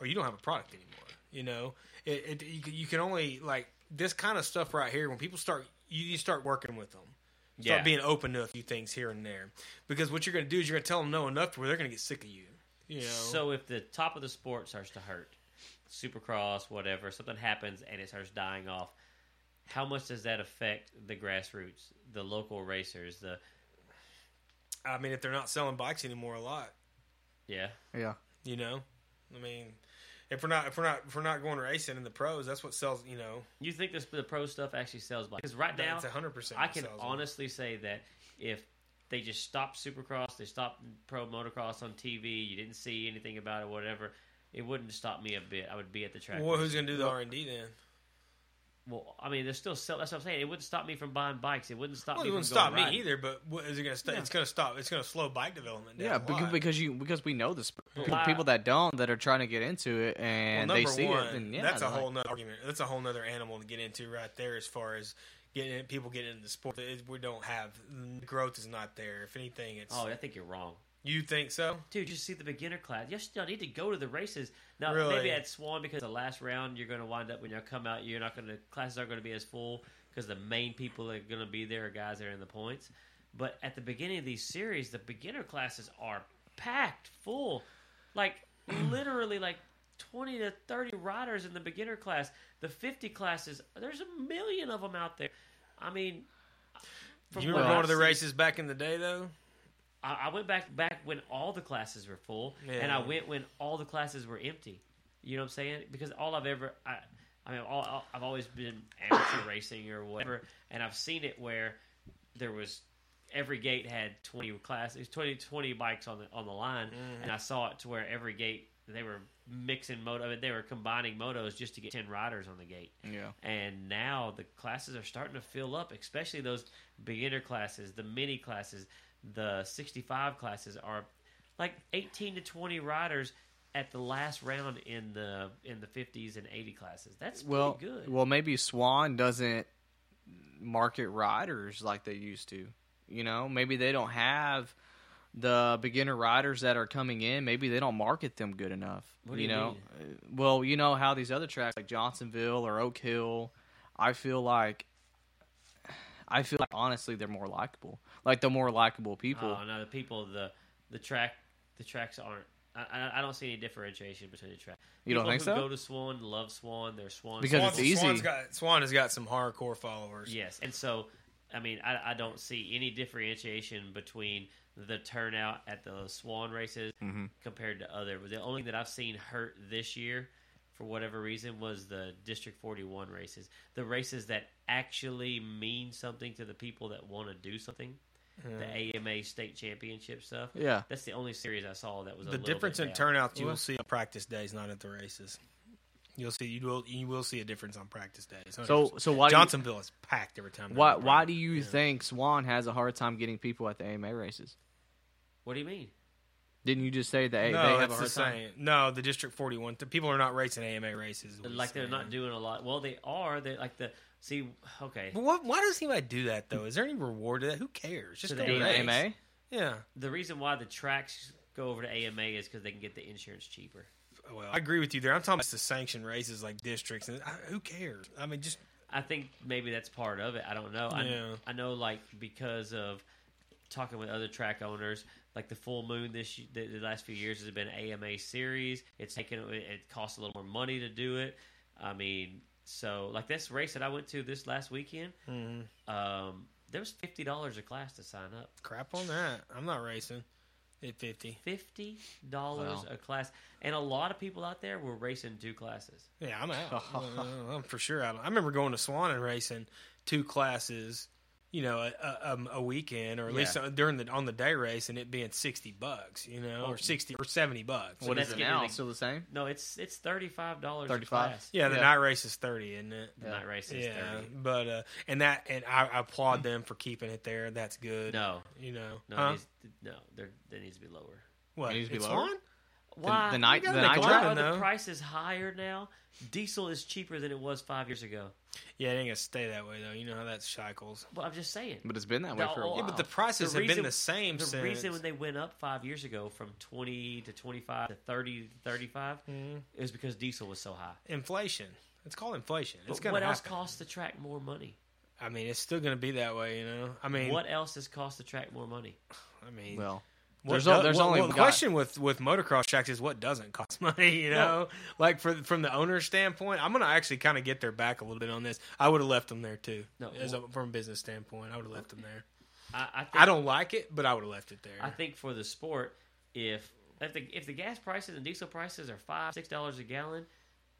A: or you don't have a product anymore. You know, it, it you, can- you can only like this kind of stuff right here when people start you, you start working with them. Start
C: Yeah.
A: being open to a few things here and there, because what you're going to do is you're going to tell them no enough to where they're going to get sick of you. You know,
C: So if the top of the sport starts to hurt, Supercross, whatever, something happens and it starts dying off, how much does that affect the grassroots, the local racers, the
A: I mean, if they're not selling bikes anymore, a lot.
C: yeah?
B: Yeah.
A: You know, I mean, if we're not if we're not if we're not going racing in the pros, that's what sells. You know,
C: You think this the pro stuff actually sells bikes? Because right now,
A: that's hundred percent.
C: I can honestly say that if they just stopped Supercross, they stopped pro motocross on TV, you didn't see anything about it, whatever, it wouldn't stop me a bit. I would be at the track.
A: Well, who's going to do the R and D then?
C: Well, I mean, there's still sell. That's what I'm saying. It wouldn't stop me from buying bikes. It wouldn't stop
A: Well,
C: me.
A: it wouldn't
C: from going
A: stop me
C: riding.
A: either. But what is it going to stop?
B: Yeah.
A: It's going to stop. It's going to slow bike development. Down
B: Yeah,
A: a
B: because,
A: lot.
B: because you because we know this
C: Well,
B: people that don't that are trying to get into it
A: Well,
B: and
A: number
B: they see
A: one,
B: it. Then, yeah,
A: that's a
B: they're like-
A: whole nother argument. That's a whole nother animal to get into right there, as far as getting it- people getting into the sport. It- we don't have growth is not there. If anything, it's
C: Oh, I think you're wrong,
A: you think so.
C: dude. You see the beginner class. You still need to go to the races. Now,
A: Really?
C: maybe at Swan because the last round you're going to wind up when you come out, you're not going to classes aren't going to be as full because the main people that are going to be there are guys that are in the points. But at the beginning of these series, the beginner classes are packed full, like literally like. 20 to 30 riders in the beginner class the 50 classes there's a million of them out there i mean from
A: You
C: what
A: remember going
C: I've
A: to the
C: seen-
A: races back in the day, though.
C: I, I went back back when all the classes were full, and
A: Yeah.
C: I went when all the classes were empty. You know what I'm saying? Because all I've ever, I, I mean, all- all, I've always been amateur racing or whatever, and I've seen it where there was every gate had 20 classes, 20, 20 bikes on the on the line, and I saw it to where every gate they were mixing moto, I mean, they were combining motos just to get 10 riders on the gate
B: Yeah.
C: and now the classes are starting to fill up especially those beginner classes the mini classes the 65 classes are like 18 to 20 riders at the last round in the in the 50s and 80 classes that's
B: well,
C: pretty good
B: well, maybe Swan doesn't market riders like they used to. You know, maybe they don't have the beginner riders that are coming in. Maybe they don't market them good enough.
C: What do you
B: know, Uh, well, you know how these other tracks like Johnsonville or Oak Hill, I feel like. I feel like honestly they're more likable. Like the more likable people.
C: oh no the people the the track the tracks aren't I, I- I don't see any differentiation between the track.
B: You don't
C: People
B: think
C: who
B: so?
C: Go to Swan, love Swan. They're Swan.
B: Because
C: Swan
B: it's easy.
A: Swan's got, Swan has got some hardcore followers.
C: Yes, and so I mean, I, I don't see any differentiation between the turnout at the Swan races
A: Mm-hmm.
C: compared to other. The only thing that I've seen hurt this year, for whatever reason, was the District Forty One races, the races that actually mean something to the people that want to do something. The AMA state championship stuff.
B: Yeah.
C: that's the only series I saw that was
A: The
C: a little bit
A: difference in
C: down.
A: turnouts you
B: Well-
A: will see on practice days, not at the races. You'll see you will you will see a difference on practice days.
B: so so why do you-
A: Johnsonville is packed every time. they're
B: why
A: on
B: why do
A: practice.
B: you
A: Yeah.
B: think Swan has a hard time getting people at the AMA races?
C: What do you mean?
B: Didn't you just say that
A: no,
B: they have a
A: it's
B: hard
A: the
B: time?
A: same. No, the District 41. The people are not racing AMA races. is what
C: like
A: he's
C: they're
A: saying.
C: not doing a lot. Well, they are. They like the see. Okay,
A: But what, why does anybody do that though? Is there any reward to that? Who cares? Just
C: To
A: go
C: the
B: Doing
A: race.
B: AMA?
A: Yeah.
C: the reason why the tracks go over to AMA is because they can get the insurance cheaper.
A: Well, I agree with you there. I'm talking about the sanctioned races like districts. And I, who cares? I mean, just
C: I think maybe that's part of it. I don't know. I,
A: Yeah.
C: I know, like because of talking with other track owners, like the full moon this y- the, the last few years has been AMA series. It's taken it- it costs a little more money to do it. I mean, so like this race that I went to this last weekend, um, there was fifty dollars a class to sign up.
A: crap on that. I'm not racing at 50.
C: Fifty dollars
B: Wow.
C: a class, and a lot of people out there were racing two classes.
A: Yeah, I'm out. Uh, I'm for sure out. I remember going to Swan and racing two classes, you know, a, a, um, a weekend or at least uh, during the on the day race, and it being 60 bucks, you know, or 60 or 70 bucks.
C: So
B: What is
C: that's
B: it
C: getting
B: now?
C: the-
B: Still the same?
C: No, it's it's thirty five dollars. a
B: 35.
C: class.
A: yeah, the
B: yeah.
A: night race is 30, isn't it?
C: The night race is
A: Yeah,
C: thirty.
A: but uh, and that and I, I applaud them for keeping it there. That's good.
C: No,
A: You know,
C: No,
A: Huh?
C: it needs, no, there, there needs to be lower.
A: what?
B: It needs to be
A: it's
B: lower?
A: Swan?
C: Why?
B: the night-
C: you gotta
B: the
C: make-
B: night
C: why
A: drive,
C: are the
A: though.
C: prices higher now? Diesel is cheaper than it was five years ago.
A: Yeah, it ain't gonna stay that way though. You know how that cycles.
C: Well, I'm just saying.
B: But it's been that way
C: No,
B: for a
C: oh,
B: while.
A: Yeah, but the prices
C: The
A: have
C: reason-
A: been the same
C: the
A: since.
C: reason when they went up five years ago from 20 to 25 to 30 to 35
A: Mm-hmm.
C: is because diesel was so high.
A: inflation. It's called inflation. It's
C: But
A: gonna
C: what else
A: happen.
C: costs the track more money?
A: I mean, it's still gonna be that way. You know. I mean,
C: What else has cost the track more money?
A: I mean,
B: well,
A: what
B: there's,
A: do-
B: o- there's
A: what-
B: only
A: what the
B: God-
A: question with with motocross tracks is what doesn't cost money. You know, like for from the owner's standpoint, I'm gonna actually kind of get their back a little bit on this. I would have left them there too,
C: No,
A: as a, from a business standpoint. I would have left them there.
C: I, I, think,
A: I don't like it, but I would have left it there.
C: I think for the sport, if if the, if the gas prices and diesel prices are five six dollars a gallon,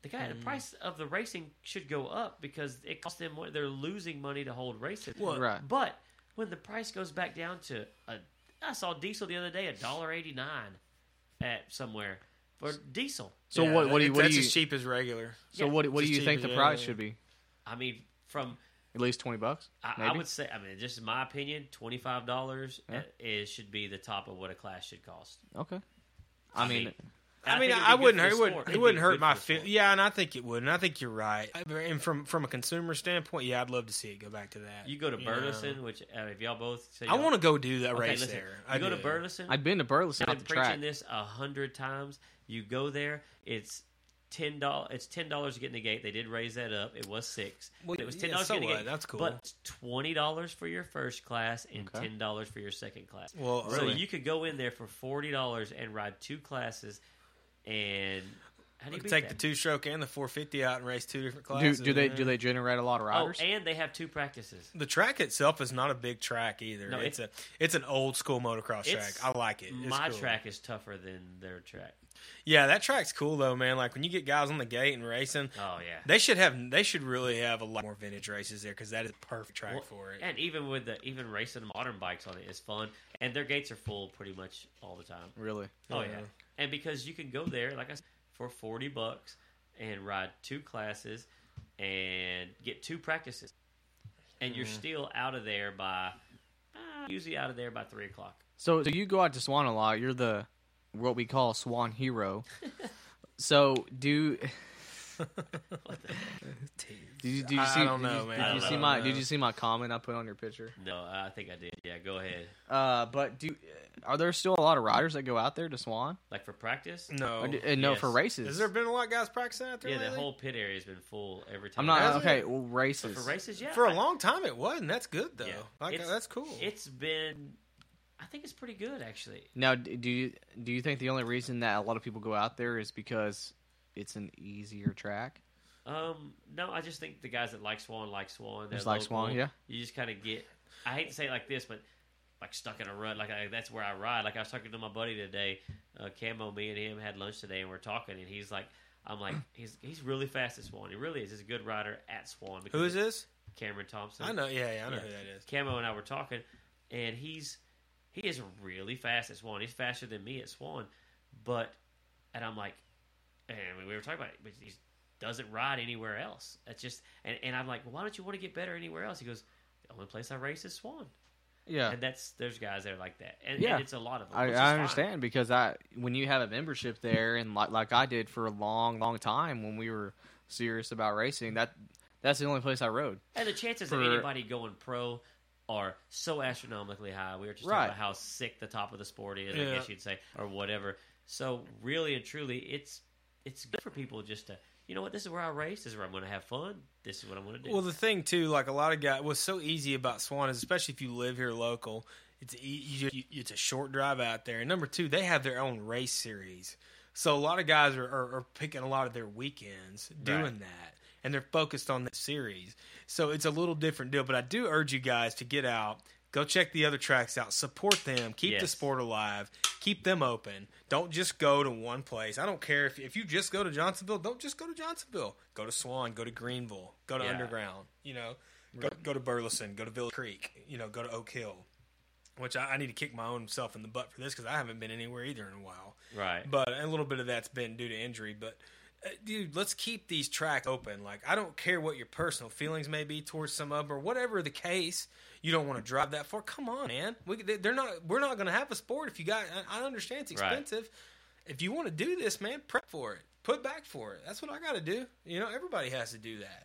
C: the guy
A: Mm.
C: the price of the racing should go up because it costs them more. They're losing money to hold races.
A: Well,
B: Right.
C: But when the price goes back down to a, I saw diesel the other day a dollar eighty nine at somewhere for diesel.
B: So
A: Yeah,
B: what? What do you?
A: that-
B: What do
A: that's
B: you?
A: as cheap as regular.
B: so
C: yeah,
B: what? What do
A: just
B: you
A: cheap
B: think
A: as
B: the
A: that,
B: price
A: yeah.
B: should be?
C: I mean, from
B: At least twenty bucks.
C: I, I
B: maybe?
C: would say, I mean, just in my opinion, twenty five dollars
B: Yeah.
C: is should be the top of what a class should cost.
B: Okay. I mean,
A: I mean,
C: think it'd
A: I
C: be good
A: wouldn't.
C: for the
A: It
C: sport.
A: wouldn't. It
C: It'd
A: wouldn't
C: be
A: hurt
C: good
A: my
C: for the
A: feel.
C: sport.
A: Yeah, and I think it would. And I think you're right. I- And from from a consumer standpoint, yeah, I'd love to see it go back to that.
C: You go to
A: know?
C: Burleson, which uh, if y'all both say
A: I want to go do that
C: Okay,
A: race
C: listen.
A: there.
C: You
A: I
C: go to
A: do.
C: Burleson.
B: I've been to Burleson. Not
C: I've been
B: the
C: preaching
B: track.
C: this a hundred times. You go there. It's ten dollars. It's ten dollars to get in the gate. They did raise that up. It was six.
A: Well,
C: But it was
A: yeah,
C: ten dollars
A: so
C: to get in the
A: what?
C: gate.
A: That's cool.
C: But it's twenty dollars for your first class and
B: Okay.
C: ten dollars for your second class.
A: Well,
C: so
A: really?
C: you could go in there for forty dollars and ride two classes. And how do you
A: You
C: beat
A: take the
C: that?
A: two stroke and the 450 out and race two different
B: Do,
A: classes.
B: do they?
A: yeah.
B: Do they generate a lot of
C: Oh,
B: riders?
C: and they have two practices.
A: The track itself is not a big track either.
C: No,
A: it's, a it's an old school motocross track.
C: It's-
A: I like it. It's
C: My
A: cool.
C: track is tougher than their track.
A: Yeah, that track's cool though, man. Like when you get guys on the gate and racing,
C: Oh yeah.
A: they should have they should really have a lot more vintage races there because that is the perfect track
C: Well,
A: for it.
C: And even with the even racing modern bikes on it is fun, and their gates are full pretty much all the time.
B: really?
C: Oh
A: Yeah.
C: yeah, and because you can go there, like I said, for forty bucks and ride two classes and get two practices, and
A: Mm-hmm.
C: you're still out of there by uh, usually out of there by three o'clock.
B: So, so you go out to Swan a lot. You're the what we call a Swan hero. so do. Did you, did you
A: I- I
B: see?
A: don't
B: did you-
A: know, man.
B: Did
C: I
B: you
C: don't
B: see
C: know.
B: my? Did you see my comment I put on your picture?
C: No, I think I did. Yeah, go ahead.
B: Uh, but do are there still a lot of riders that go out there to Swan?
C: Like for practice,
A: No,
B: Or do- and no, for
C: Oh, yes.
B: races.
A: has there been a lot of guys practicing out there?
C: yeah, the
A: lately?
C: whole pit area has been full every time.
B: I'm not
A: Has it?
B: okay. Well, races.
C: for races. Yeah,
A: for a
C: I-
A: long time it wasn't. That's good though.
C: Yeah.
A: Like,
C: It's-
A: that's cool.
C: It's been, I think it's pretty good actually.
B: Now, d- do you do you think the only reason that a lot of people go out there is because it's an easier track?
C: Um, no, I just think the guys that like Swan like Swan. They're
B: Just like Swan,
C: local.
B: yeah.
C: You just kind of get. I hate to say it like this, but like stuck in a rut. Like I, that's where I ride. Like I was talking to my buddy today, uh, Camo. Me and him had lunch today, and we're talking, and he's like. I'm like he's he's really fast at Swan. He really is. He's a good rider at Swan. because
A: Who is
C: it's
A: this?
C: Cameron Thompson.
A: I know. Yeah, yeah I know
C: Yeah.
A: who that is.
C: Camo and I were talking, and he's he is really fast at Swan. He's faster than me at Swan, but and I'm like, and we were talking about it, but he doesn't ride anywhere else. It's just and, and I'm like, well, why don't you want to get better anywhere else? He goes, the only place I race is Swan.
B: Yeah.
C: and that's there's guys that are like that, and,
B: Yeah.
C: and it's a lot of them.
B: I,
C: which is
B: I
C: fine.
B: understand because I when you have a membership there and like like I did for a long long time when we were serious about racing that that's the only place I rode.
C: And the chances of
B: For-
C: anybody going pro are so astronomically high. We were just
B: Right.
C: talking about how sick the top of the sport is,
A: Yeah.
C: I guess you'd say, or whatever. So really and truly, it's it's good for people just to you know what this is where I race. This is where I'm going to have fun. This is what I'm going to do.
A: Well, the thing too, like a lot of guys, what's so easy about Swan is, especially if you live here local, it's e- you, you, it's a short drive out there. And number two, they have their own race series, so a lot of guys are, are, are picking a lot of their weekends doing
C: Right.
A: that, and they're focused on that series. So it's a little different deal. But I do urge you guys to get out. Go check the other tracks out. Support them. Keep the
C: Yes.
A: sport alive. Keep them open. Don't just go to one place. I don't care if, if you just go to Johnsonville. Don't just go to Johnsonville. Go to Swan. Go to Greenville. Go to go to
C: Yeah.
A: underground you know go, go to burleson go to village creek you know go to oak hill which I, I need to kick my own self in the butt for this because i haven't been anywhere either in a while
C: right.
A: but a little bit of that's been due to injury but uh, dude let's keep these tracks open like i don't care what your personal feelings may be towards some of 'em or whatever the case you don't want to drive that far come on man we, they- they're not we're not going to have a sport if you got i, I understand it's
C: Right.
A: expensive if you want to do this man prep for it put back for it that's what i got to do you know everybody has to do that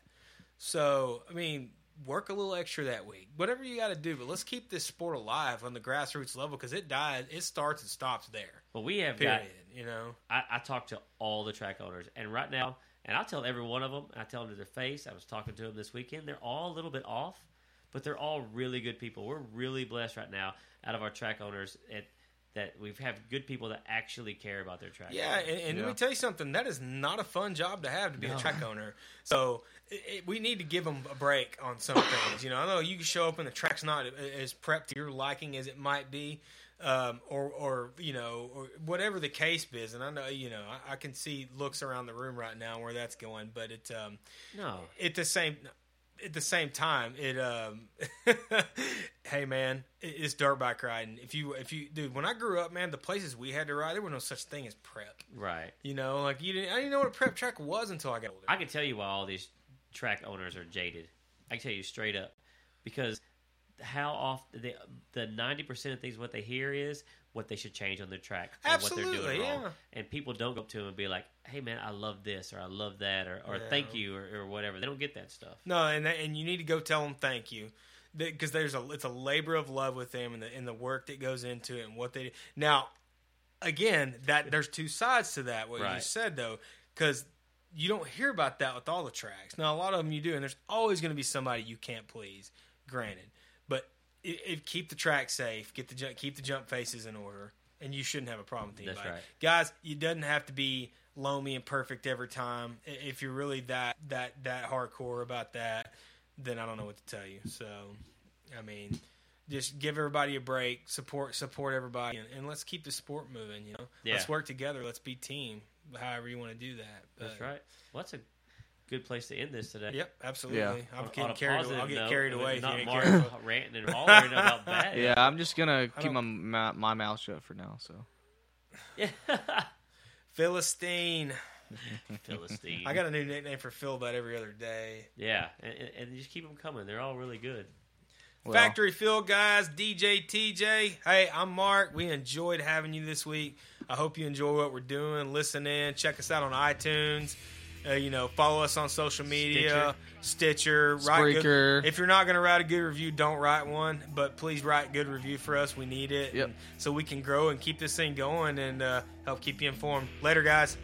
A: so, I mean, work a little extra that week. Whatever you got to do, but let's keep this sport alive on the grassroots level because it dies, it starts and stops there.
C: But we have
A: Period.
C: got
A: You know,
C: I, I talk to all the track owners, and right now, and I tell every one of them, I tell them to their face. I was talking to them this weekend. They're all a little bit off, but they're all really good people. We're really blessed right now out of our track owners at, that we have good people that actually care about their track.
A: yeah. And, and let
B: Yeah.
A: me tell you something. That is not a fun job to have to be a
C: No.
A: track owner. So it, it, we need to give them a break on some things. You know, I know you can show up and the track's not a- as prepped to your liking as it might be. Um, or, or you know, or whatever the case is, and I know you know, I, I can see looks around the room right now where that's going, but it's um,
C: no,
A: at the same at the same time it um hey man it- it's dirt bike riding if you if you dude when i grew up man the places we had to ride there was no such thing as prep
C: right.
A: you know like you didn't i didn't know what a prep track was until i got older
C: I can tell you why all these track owners are jaded. I can tell you straight up because how often they, the ninety percent of things what they hear is what they should change on their track and what they're
A: Absolutely,
C: doing wrong.
A: yeah.
C: And people don't go up to them and be like, "Hey, man, I love this," or "I love that," or, or
A: Yeah.
C: "Thank you," or, or whatever. They don't get that stuff.
A: No, and that, and you need to go tell them thank you because there's a it's a labor of love with them and the and the work that goes into it and what they do. now again that there's two sides to that what you
C: Right.
A: just said though because you don't hear about that with all the tracks now a lot of them you do and there's always going to be somebody you can't please granted but i if keep the track safe get the jump keep the jump faces in order and you shouldn't have a problem with
C: That's
A: anybody
C: right.
A: guys it doesn't have to be loamy and perfect every time I- if you're really that that that hardcore about that then i don't know what to tell you so i mean just give everybody a break support support everybody and, and let's keep the sport moving you know
C: Yeah.
A: let's work together let's be team however you want to do that
C: That's
A: But-
C: right. Well, that's a good place to end this today.
A: yep absolutely
C: On-
A: i'm
C: on
A: getting
C: a
A: carried away
C: positive
A: i'll get
C: note,
A: carried
C: and
A: away if you
C: Not
A: ain't
C: Mark
A: careful.
C: ranting and hollering about that.
B: Yeah, I'm just gonna
A: I
B: keep my,
A: don't-
B: my my mouth shut for now. So
A: philistine
C: Philistine.
A: i got a new nickname for phil about every other day
C: Yeah, and, and- and just keep them coming. They're all really good.
B: well,
A: Factory Field guys, DJ TJ. Hey, I'm Mark. We enjoyed having you this week. I hope you enjoy what we're doing. Listen in, check us out on iTunes. Uh, you know, follow us on social media, Stitcher, write good-
B: Spreaker.
A: If you're not going to write a good review, don't write one, but please write good review for us. We need it
B: Yep.
A: and- so we can grow and keep this thing going and uh, help keep you informed. Later, guys.